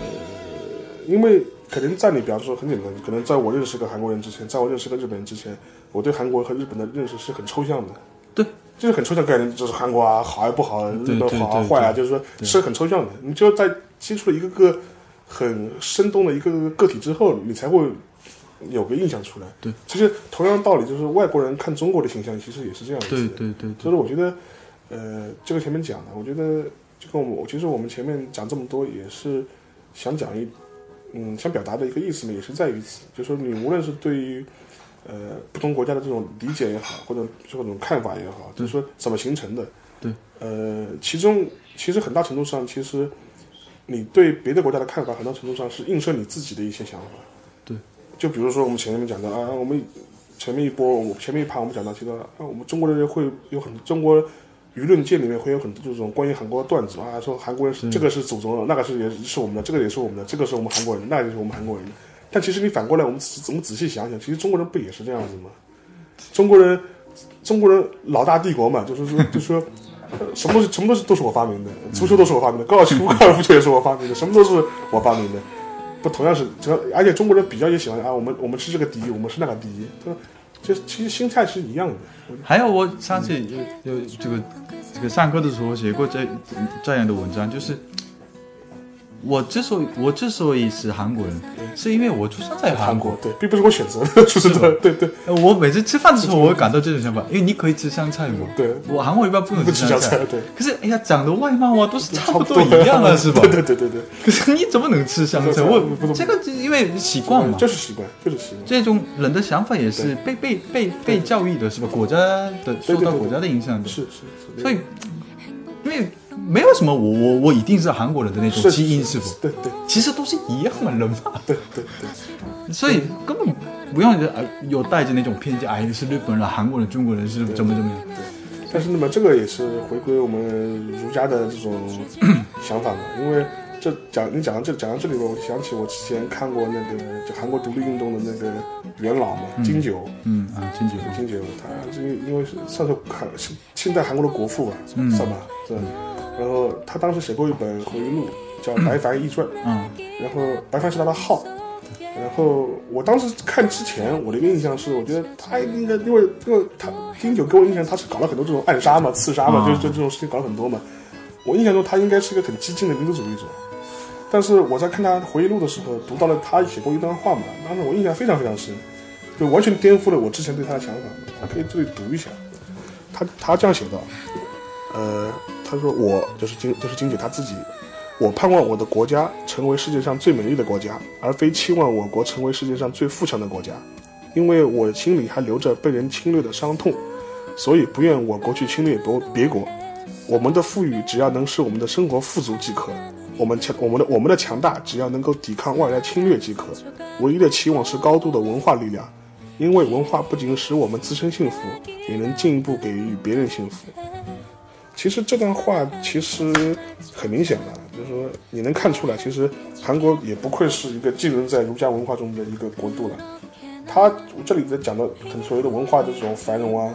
[SPEAKER 2] 因为可能在你比方说很简单，可能在我认识个韩国人之前，在我认识个日本人之前，我对韩国和日本的认识是很抽象的。
[SPEAKER 3] 对
[SPEAKER 2] 就是很抽象概念，就是韩国啊，好还不好，日本
[SPEAKER 3] 对
[SPEAKER 2] 好啊
[SPEAKER 3] 对
[SPEAKER 2] 坏啊，
[SPEAKER 3] 对
[SPEAKER 2] 就是说是很抽象的。你只有在接触了一个个很生动的一个个个体之后，你才会有个印象出来。
[SPEAKER 3] 对，
[SPEAKER 2] 其实同样的道理，就是外国人看中国的形象，其实也是这样子的。
[SPEAKER 3] 对对对
[SPEAKER 2] 所
[SPEAKER 3] 对
[SPEAKER 2] 以说，我觉得，呃，这个前面讲的，我觉得就跟我们，其实我们前面讲这么多，也是想讲一，嗯，想表达的一个意思呢，也是在于此，就说你无论是对于，呃，不同国家的这种理解也好，或者这种看法也好，就是说怎么形成的，
[SPEAKER 3] 对，
[SPEAKER 2] 呃，其中其实很大程度上，其实你对别的国家的看法，很大程度上是映射你自己的一些想法。
[SPEAKER 3] 对，
[SPEAKER 2] 就比如说我们前面讲的啊，我们前面一波，我前面一盘我们讲到提到啊，我们中国人会有很中国舆论界里面会有很多这种关于韩国的段子啊，说韩国人是这个是祖宗的，那个是也是我们的，这个也是我们的，这个是我们韩国人，那个也是我们韩国人的。但其实你反过来，我们仔我们仔细想想，其实中国人不也是这样子吗？中国人，中国人老大帝国嘛，就是说，就是说，呃什么东西什么东西都是我发明的，足球都是我发明的，高尔夫高尔夫球也是我发明的，什么都是我发明的。不，同样是，同样而且中国人比较也喜欢啊，我们我们是这个第一，我们是那个第一，他说就其实心态是一样的。
[SPEAKER 3] 还有我上次有有这个这个上课的时候写过这这样的文章，就是我之所以我之所以是韩国人，是因为我出生在韩
[SPEAKER 2] 韩
[SPEAKER 3] 国
[SPEAKER 2] 国。对，并不是我选择的 出生的，对对
[SPEAKER 3] 呃我每次吃饭的时候，我会感到这种想法，因为你可以吃香菜嘛。
[SPEAKER 2] 对
[SPEAKER 3] 我韩国一般不能
[SPEAKER 2] 不
[SPEAKER 3] 吃
[SPEAKER 2] 吃香
[SPEAKER 3] 菜
[SPEAKER 2] 菜。对
[SPEAKER 3] 可是哎呀，长得外貌啊，都是差不多
[SPEAKER 2] 差不多
[SPEAKER 3] 一样啊，是吧？
[SPEAKER 2] 对对对对对，
[SPEAKER 3] 可是你怎么能吃香菜？
[SPEAKER 2] 对对
[SPEAKER 3] 我
[SPEAKER 2] 不不不
[SPEAKER 3] 这个是因为习惯嘛
[SPEAKER 2] 就。是习惯，就是习惯。
[SPEAKER 3] 这种人的想法也是被被被被教育的，是吧？国家的受
[SPEAKER 2] 对对
[SPEAKER 3] 到
[SPEAKER 2] 对
[SPEAKER 3] 国家的影响的，
[SPEAKER 2] 是是是，
[SPEAKER 3] 所以因为没有什么我我我一定是韩国人的那种
[SPEAKER 2] 是
[SPEAKER 3] 基因，是不？
[SPEAKER 2] 对对
[SPEAKER 3] 其实都是一样的人嘛，
[SPEAKER 2] 对对对，
[SPEAKER 3] 所以根本不用呃有带着那种偏见，哎，你是日本人、韩国人、中国人是怎么怎么样。
[SPEAKER 2] 但是那么这个也是回归我们儒家的这种想法嘛，因为这讲你讲到这讲到这里面，我想起我之前看过那个就韩国独立运动的那个元老嘛，金九。
[SPEAKER 3] 嗯啊，清楚。
[SPEAKER 2] 金九，他是因为是算是韩现现在韩国的国父吧，
[SPEAKER 3] 嗯
[SPEAKER 2] 算吧，对。然后他当时写过一本回忆录，叫《白帆易传》，
[SPEAKER 3] 嗯
[SPEAKER 2] 然后白帆是他的号。然后我当时看之前，我的印象是，我觉得他应该因为因为他金九给我印象他是搞了很多这种暗杀嘛、刺杀嘛，
[SPEAKER 3] 啊
[SPEAKER 2] 就是就这种事情搞了很多嘛。我印象中他应该是一个很激进的民族主义者，但是我在看他回忆录的时候，读到了他写过一段话嘛，当时我印象非常非常深，就完全颠覆了我之前对他的想法。我可以这里读一下，他他这样写道，呃，他说我就是金就是金姐他自己，我盼望我的国家成为世界上最美丽的国家，而非期望我国成为世界上最富强的国家，因为我心里还留着被人侵略的伤痛，所以不愿我国去侵略别别国。我们的富裕只要能使我们的生活富足即可，我们强我们的我们的强大只要能够抵抗外来侵略即可。唯一的期望是高度的文化力量，因为文化不仅使我们自身幸福，也能进一步给予别人幸福。其实这段话其实很明显的，就是说你能看出来，其实韩国也不愧是一个浸润在儒家文化中的一个国度了。他这里在讲的很所谓的文化的这种繁荣啊，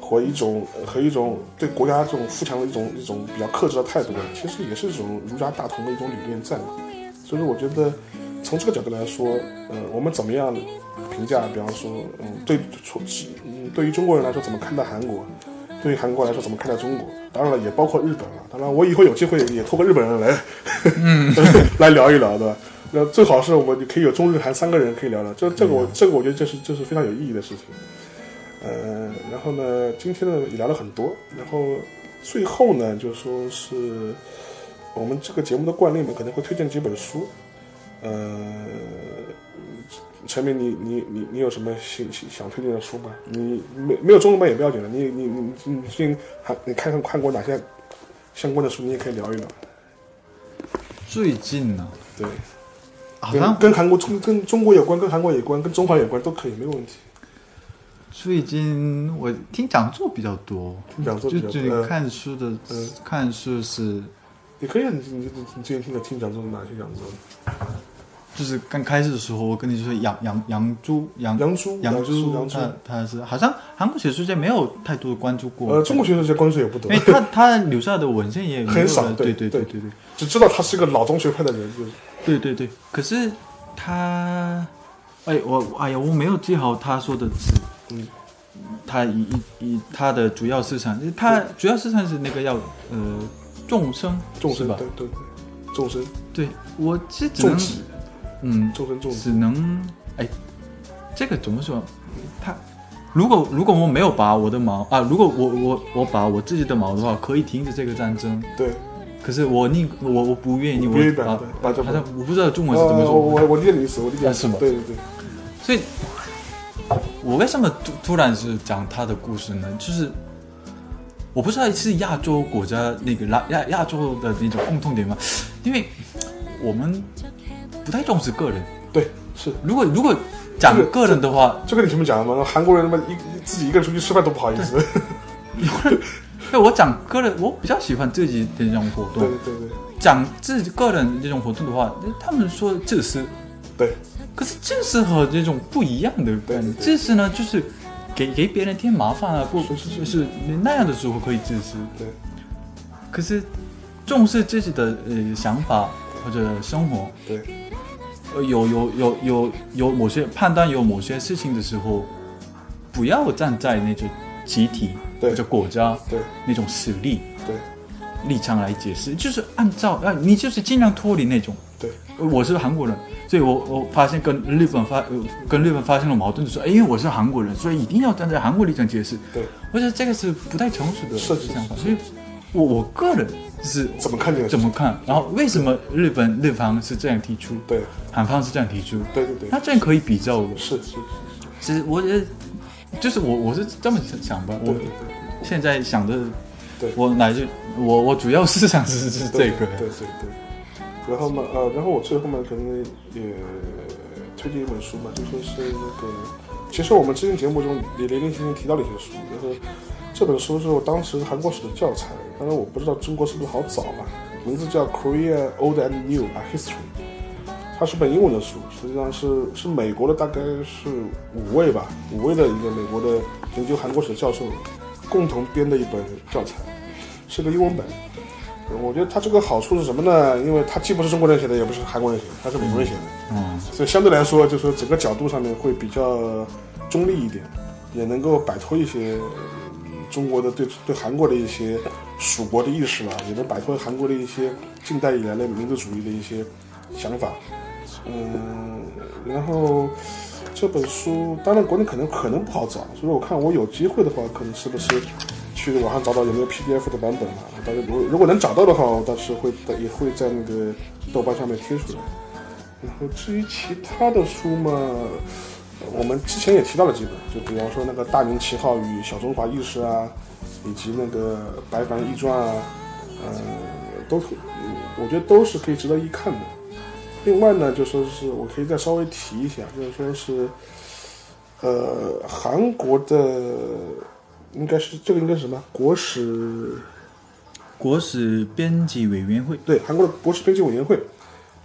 [SPEAKER 2] 和一种和一种对国家这种富强的一种一种比较克制的态度，其实也是一种儒家大同的一种理念在嘛。所以说，我觉得从这个角度来说，呃，我们怎么样评价，比方说，嗯，对，从嗯，对于中国人来说怎么看待韩国，对于韩国来说怎么看待中国，当然了，也包括日本了。当然，我以后有机会也拖个日本人来，嗯， 来聊一聊，对吧？那最好是我们可以有中日韩三个人可以聊聊，这这个我这个我觉得这是这是非常有意义的事情。呃，然后呢，今天呢也聊了很多，然后最后呢就说是我们这个节目的惯例嘛，可能会推荐几本书。呃，陈明，你你你你有什么想想想推荐的书吗？你没没有中文版也不要紧了，你你你你最近还你看看看过哪些相关的书，你也可以聊一聊。
[SPEAKER 3] 最近呢，
[SPEAKER 2] 对，
[SPEAKER 3] 好
[SPEAKER 2] 跟
[SPEAKER 3] 像
[SPEAKER 2] 跟韩国中跟中国有关，跟韩国有关，跟中华有关都可以，没有问题。
[SPEAKER 3] 最近我听讲座比较多，
[SPEAKER 2] 听讲座
[SPEAKER 3] 就
[SPEAKER 2] 比较
[SPEAKER 3] 就
[SPEAKER 2] 多，呃
[SPEAKER 3] 看书的
[SPEAKER 2] 嗯，
[SPEAKER 3] 看书是
[SPEAKER 2] 也可以啊，你你你你最近听的听讲座哪些讲座？
[SPEAKER 3] 就是刚开始的时候，我跟你说杨杨杨朱嗯杨
[SPEAKER 2] 杨朱
[SPEAKER 3] 杨
[SPEAKER 2] 杨朱杨朱
[SPEAKER 3] 他他是好像韩国学术界没有太多的关注过，
[SPEAKER 2] 呃，中国学术界关注也不多
[SPEAKER 3] 因为，他他留下的文献也没有
[SPEAKER 2] 很少
[SPEAKER 3] 了
[SPEAKER 2] 对
[SPEAKER 3] 对对
[SPEAKER 2] 对
[SPEAKER 3] 对对
[SPEAKER 2] 只知道他是个老中学派的人，就是
[SPEAKER 3] 对对对。可是他，哎我哎呀我没有记好他说的词，
[SPEAKER 2] 嗯
[SPEAKER 3] 他以以以他的主要思想，他主要思想是那个要呃众生
[SPEAKER 2] 众
[SPEAKER 3] 是
[SPEAKER 2] 生，
[SPEAKER 3] 吧
[SPEAKER 2] 对？对对，众生
[SPEAKER 3] 对，我这只
[SPEAKER 2] 众
[SPEAKER 3] 能
[SPEAKER 2] 己，
[SPEAKER 3] 嗯
[SPEAKER 2] 众生众己，
[SPEAKER 3] 只能哎，这个怎么说？他如果如果我没有拔我的毛啊，如果我我我拔我自己的毛的话，可以停止这个战争。
[SPEAKER 2] 对。
[SPEAKER 3] 可是我宁我我不愿意，
[SPEAKER 2] 你
[SPEAKER 3] 我
[SPEAKER 2] 不愿意拔
[SPEAKER 3] 拔
[SPEAKER 2] 对拔
[SPEAKER 3] 好
[SPEAKER 2] 这个
[SPEAKER 3] 像我不知道中文是
[SPEAKER 2] 呃
[SPEAKER 3] 怎么
[SPEAKER 2] 我我
[SPEAKER 3] 说，
[SPEAKER 2] 我理解你的意思，我理解你的意思
[SPEAKER 3] 啊是吗
[SPEAKER 2] 对对对，
[SPEAKER 3] 所以。我为什么突突然是讲他的故事呢？就是我不知道是亚洲国家那个亚亚亚洲的那种共同点吗？因为我们不太重视个人。
[SPEAKER 2] 对是。
[SPEAKER 3] 如果如果讲
[SPEAKER 2] 这个
[SPEAKER 3] 个人的话，
[SPEAKER 2] 就跟你前面讲的嘛，韩国人他妈一一自己一个人出去吃饭都不好意思。
[SPEAKER 3] 对哎我讲个人，我比较喜欢自己的这种活
[SPEAKER 2] 对
[SPEAKER 3] 动
[SPEAKER 2] 对。对对
[SPEAKER 3] 讲自己个人这种活动的话，他们说自私，
[SPEAKER 2] 对
[SPEAKER 3] 可是自私和这种不一样的
[SPEAKER 2] 对
[SPEAKER 3] 概
[SPEAKER 2] 对
[SPEAKER 3] 念。
[SPEAKER 2] 对
[SPEAKER 3] 自私呢，就是给给别人添麻烦啊，不
[SPEAKER 2] 是
[SPEAKER 3] 是
[SPEAKER 2] 是是
[SPEAKER 3] 是那样的时候可以自私，
[SPEAKER 2] 对，
[SPEAKER 3] 可是重视自己的呃想法或者生活，
[SPEAKER 2] 对，
[SPEAKER 3] 呃有有有有有某些判断有某些事情的时候，不要站在那种集体
[SPEAKER 2] 对
[SPEAKER 3] 或者国家
[SPEAKER 2] 对
[SPEAKER 3] 那种实力。
[SPEAKER 2] 对
[SPEAKER 3] 立场来解释，就是按照啊，你就是尽量脱离那种。
[SPEAKER 2] 对
[SPEAKER 3] 呃我是韩国人，所以我我发现跟日本发、呃跟日本发生了矛盾的时候，哎因为我是韩国人，所以一定要站在韩国立场解释。
[SPEAKER 2] 对，
[SPEAKER 3] 我觉得这个是不太成熟的
[SPEAKER 2] 是是
[SPEAKER 3] 想法，所以我我个人是
[SPEAKER 2] 怎么看这个？
[SPEAKER 3] 怎么看，然后为什么日本日方是这样提出，
[SPEAKER 2] 对
[SPEAKER 3] 韩方是这样提出，
[SPEAKER 2] 对对对
[SPEAKER 3] 那，这样可以比较的。
[SPEAKER 2] 是是是，
[SPEAKER 3] 其实我觉得，就是我我是这么想吧，
[SPEAKER 2] 对
[SPEAKER 3] 我
[SPEAKER 2] 对对
[SPEAKER 3] 现在想的
[SPEAKER 2] 对
[SPEAKER 3] 我哪句我我主要思想是是这个，
[SPEAKER 2] 对对对。然后嘛，呃，然后我最后嘛，可能也推荐一本书嘛，就说是那个，其实我们之前节目中也零零星星提到了一些书，就是这本书是我当时韩国史的教材，当然我不知道中国是不是好找吧，名字叫《Korea Old and New: A History》，它是本英文的书，实际上是是美国的，大概是五位吧，五位的一个美国的研究韩国史的教授共同编的一本教材，是个英文本。我觉得它这个好处是什么呢？因为它既不是中国人写的，也不是韩国人写的，它是美国人写的，
[SPEAKER 3] 嗯，
[SPEAKER 2] 所以相对来说，就是说整个角度上面会比较中立一点，也能够摆脱一些嗯中国的对对韩国的一些属国的意识啊，也能摆脱韩国的一些近代以来的民族主义的一些想法。嗯，然后这本书，当然国内可能可能不好找，所以我看我有机会的话，可能是不是去网上找找有没有 PDF 的版本啊？但是如如果能找到的话，我到时候会也会在那个豆瓣上面贴出来。然后至于其他的书嘛，呃我们之前也提到了几本，就比方说那个《大明旗号与小中华意识》啊，以及那个《白帆易传》啊，呃，都可，我觉得都是可以值得一看的。另外呢，就说是我可以再稍微提一下，就是说是，呃，韩国的应该是这个应该是什么国史
[SPEAKER 3] 国史编辑委员会，
[SPEAKER 2] 对，韩国的国史编辑委员会，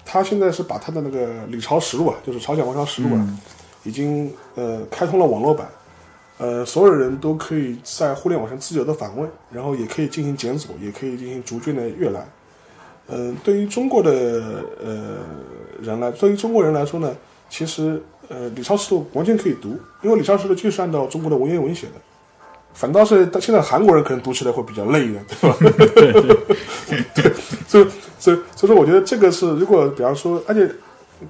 [SPEAKER 2] 他现在是把他的那个《李朝实录》啊，就是《朝鲜王朝实录》啊，已经呃开通了网络版，呃，所有人都可以在互联网上自由的访问，然后也可以进行检索，也可以进行逐卷的阅览。嗯、对于中国的呃人来，对于中国人来说呢，其实呃《李朝实录》完全可以读，因为《李朝实录》就是按照中国的文言文写的。反倒是现在韩国人可能读起来会比较累一点，对吧？所以，所以，所以说，我觉得这个是，如果比方说，而且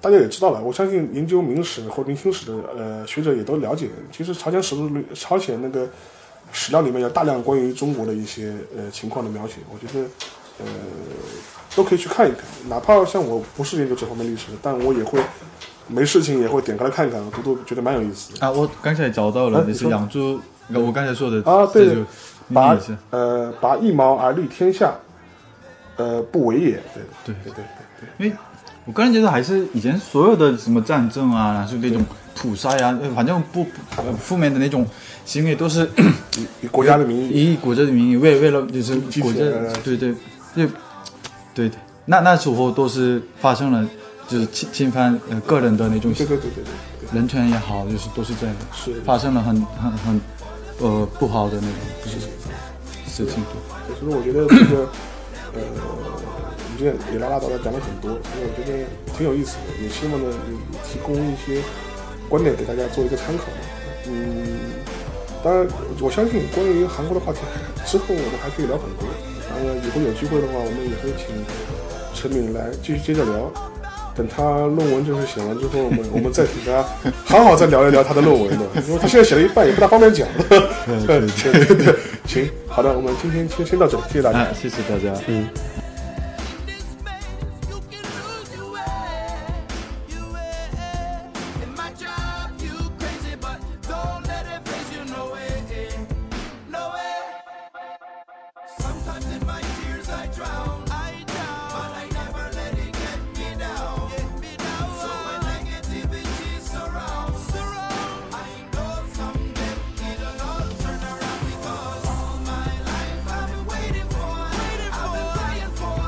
[SPEAKER 2] 大家也知道了，我相信研究明史或明清史的呃学者也都了解，其实朝鲜史录里、朝鲜那个史料里面有大量关于中国的一些呃情况的描写，我觉得呃都可以去看一看，哪怕像我不是研究这方面历史的，但我也会没事情也会点开来看一看，读读觉得蛮有意思的。
[SPEAKER 3] 啊，我刚才找到
[SPEAKER 2] 啊
[SPEAKER 3] 了，
[SPEAKER 2] 你
[SPEAKER 3] 也
[SPEAKER 2] 说
[SPEAKER 3] 是养猪，我刚才说的
[SPEAKER 2] 啊对
[SPEAKER 3] 这就
[SPEAKER 2] 拔
[SPEAKER 3] 也是，
[SPEAKER 2] 呃拔一毛而利天下，呃不为也，对
[SPEAKER 3] 对
[SPEAKER 2] 对对对。
[SPEAKER 3] 因为我个人觉得还是以前所有的什么战争啊，就那种屠杀呀、呃反正不不呃负面的那种行为都是
[SPEAKER 2] 以国家的名义，
[SPEAKER 3] 以国家的名义为为了就是
[SPEAKER 2] 集体
[SPEAKER 3] 国家
[SPEAKER 2] 呃
[SPEAKER 3] 对对对对对，那那时候都是发生了就是侵侵犯呃个人的那种
[SPEAKER 2] 对对对对对，
[SPEAKER 3] 人权也好，就是都是这样的，
[SPEAKER 2] 是
[SPEAKER 3] 发生了很很很呃不好的那种
[SPEAKER 2] 是是。
[SPEAKER 3] 事情。
[SPEAKER 2] 所以我觉得这个，呃，我们今天也拉拉杂杂讲了很多，因为我觉得挺有意思的，也希望呢也提供一些观点给大家做一个参考。嗯，当然，我相信关于韩国的话题，之后我们还可以聊很多。当然，以后有机会的话，我们也会请陈敏来继续接着聊。等他论文正式写完之后，我们我们再请他好好再聊一聊他的论文的，因为他现在写了一半，也不大方便讲。
[SPEAKER 3] 对
[SPEAKER 2] 对
[SPEAKER 3] 对
[SPEAKER 2] 对对，行，好的，我们今天先先到这里，谢谢大家。
[SPEAKER 3] 啊，谢谢大家。
[SPEAKER 4] You can lose your way, your way. In my job, you crazy, but don't let it phase you. No way, no way. Sometimes in my tears I drown, I drown, but I never let it get me down, get me down. So when negativity surrounds, surrounds, I know someday it'll all turn around because all my life I've been waiting for, waiting for, I've been lying for.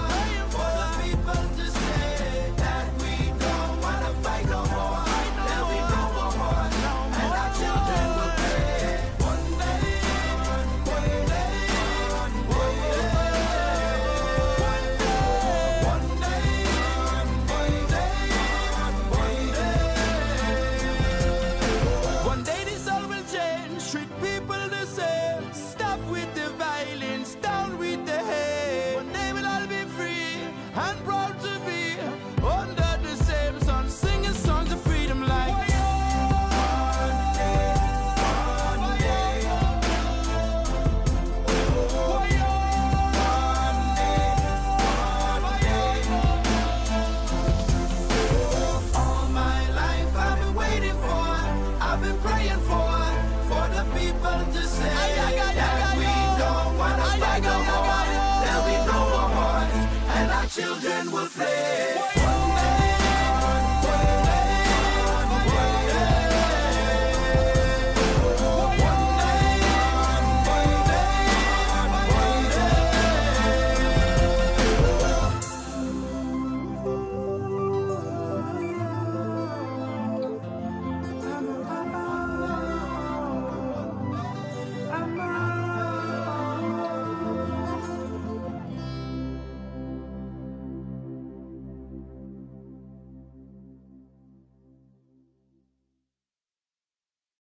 [SPEAKER 4] children will play.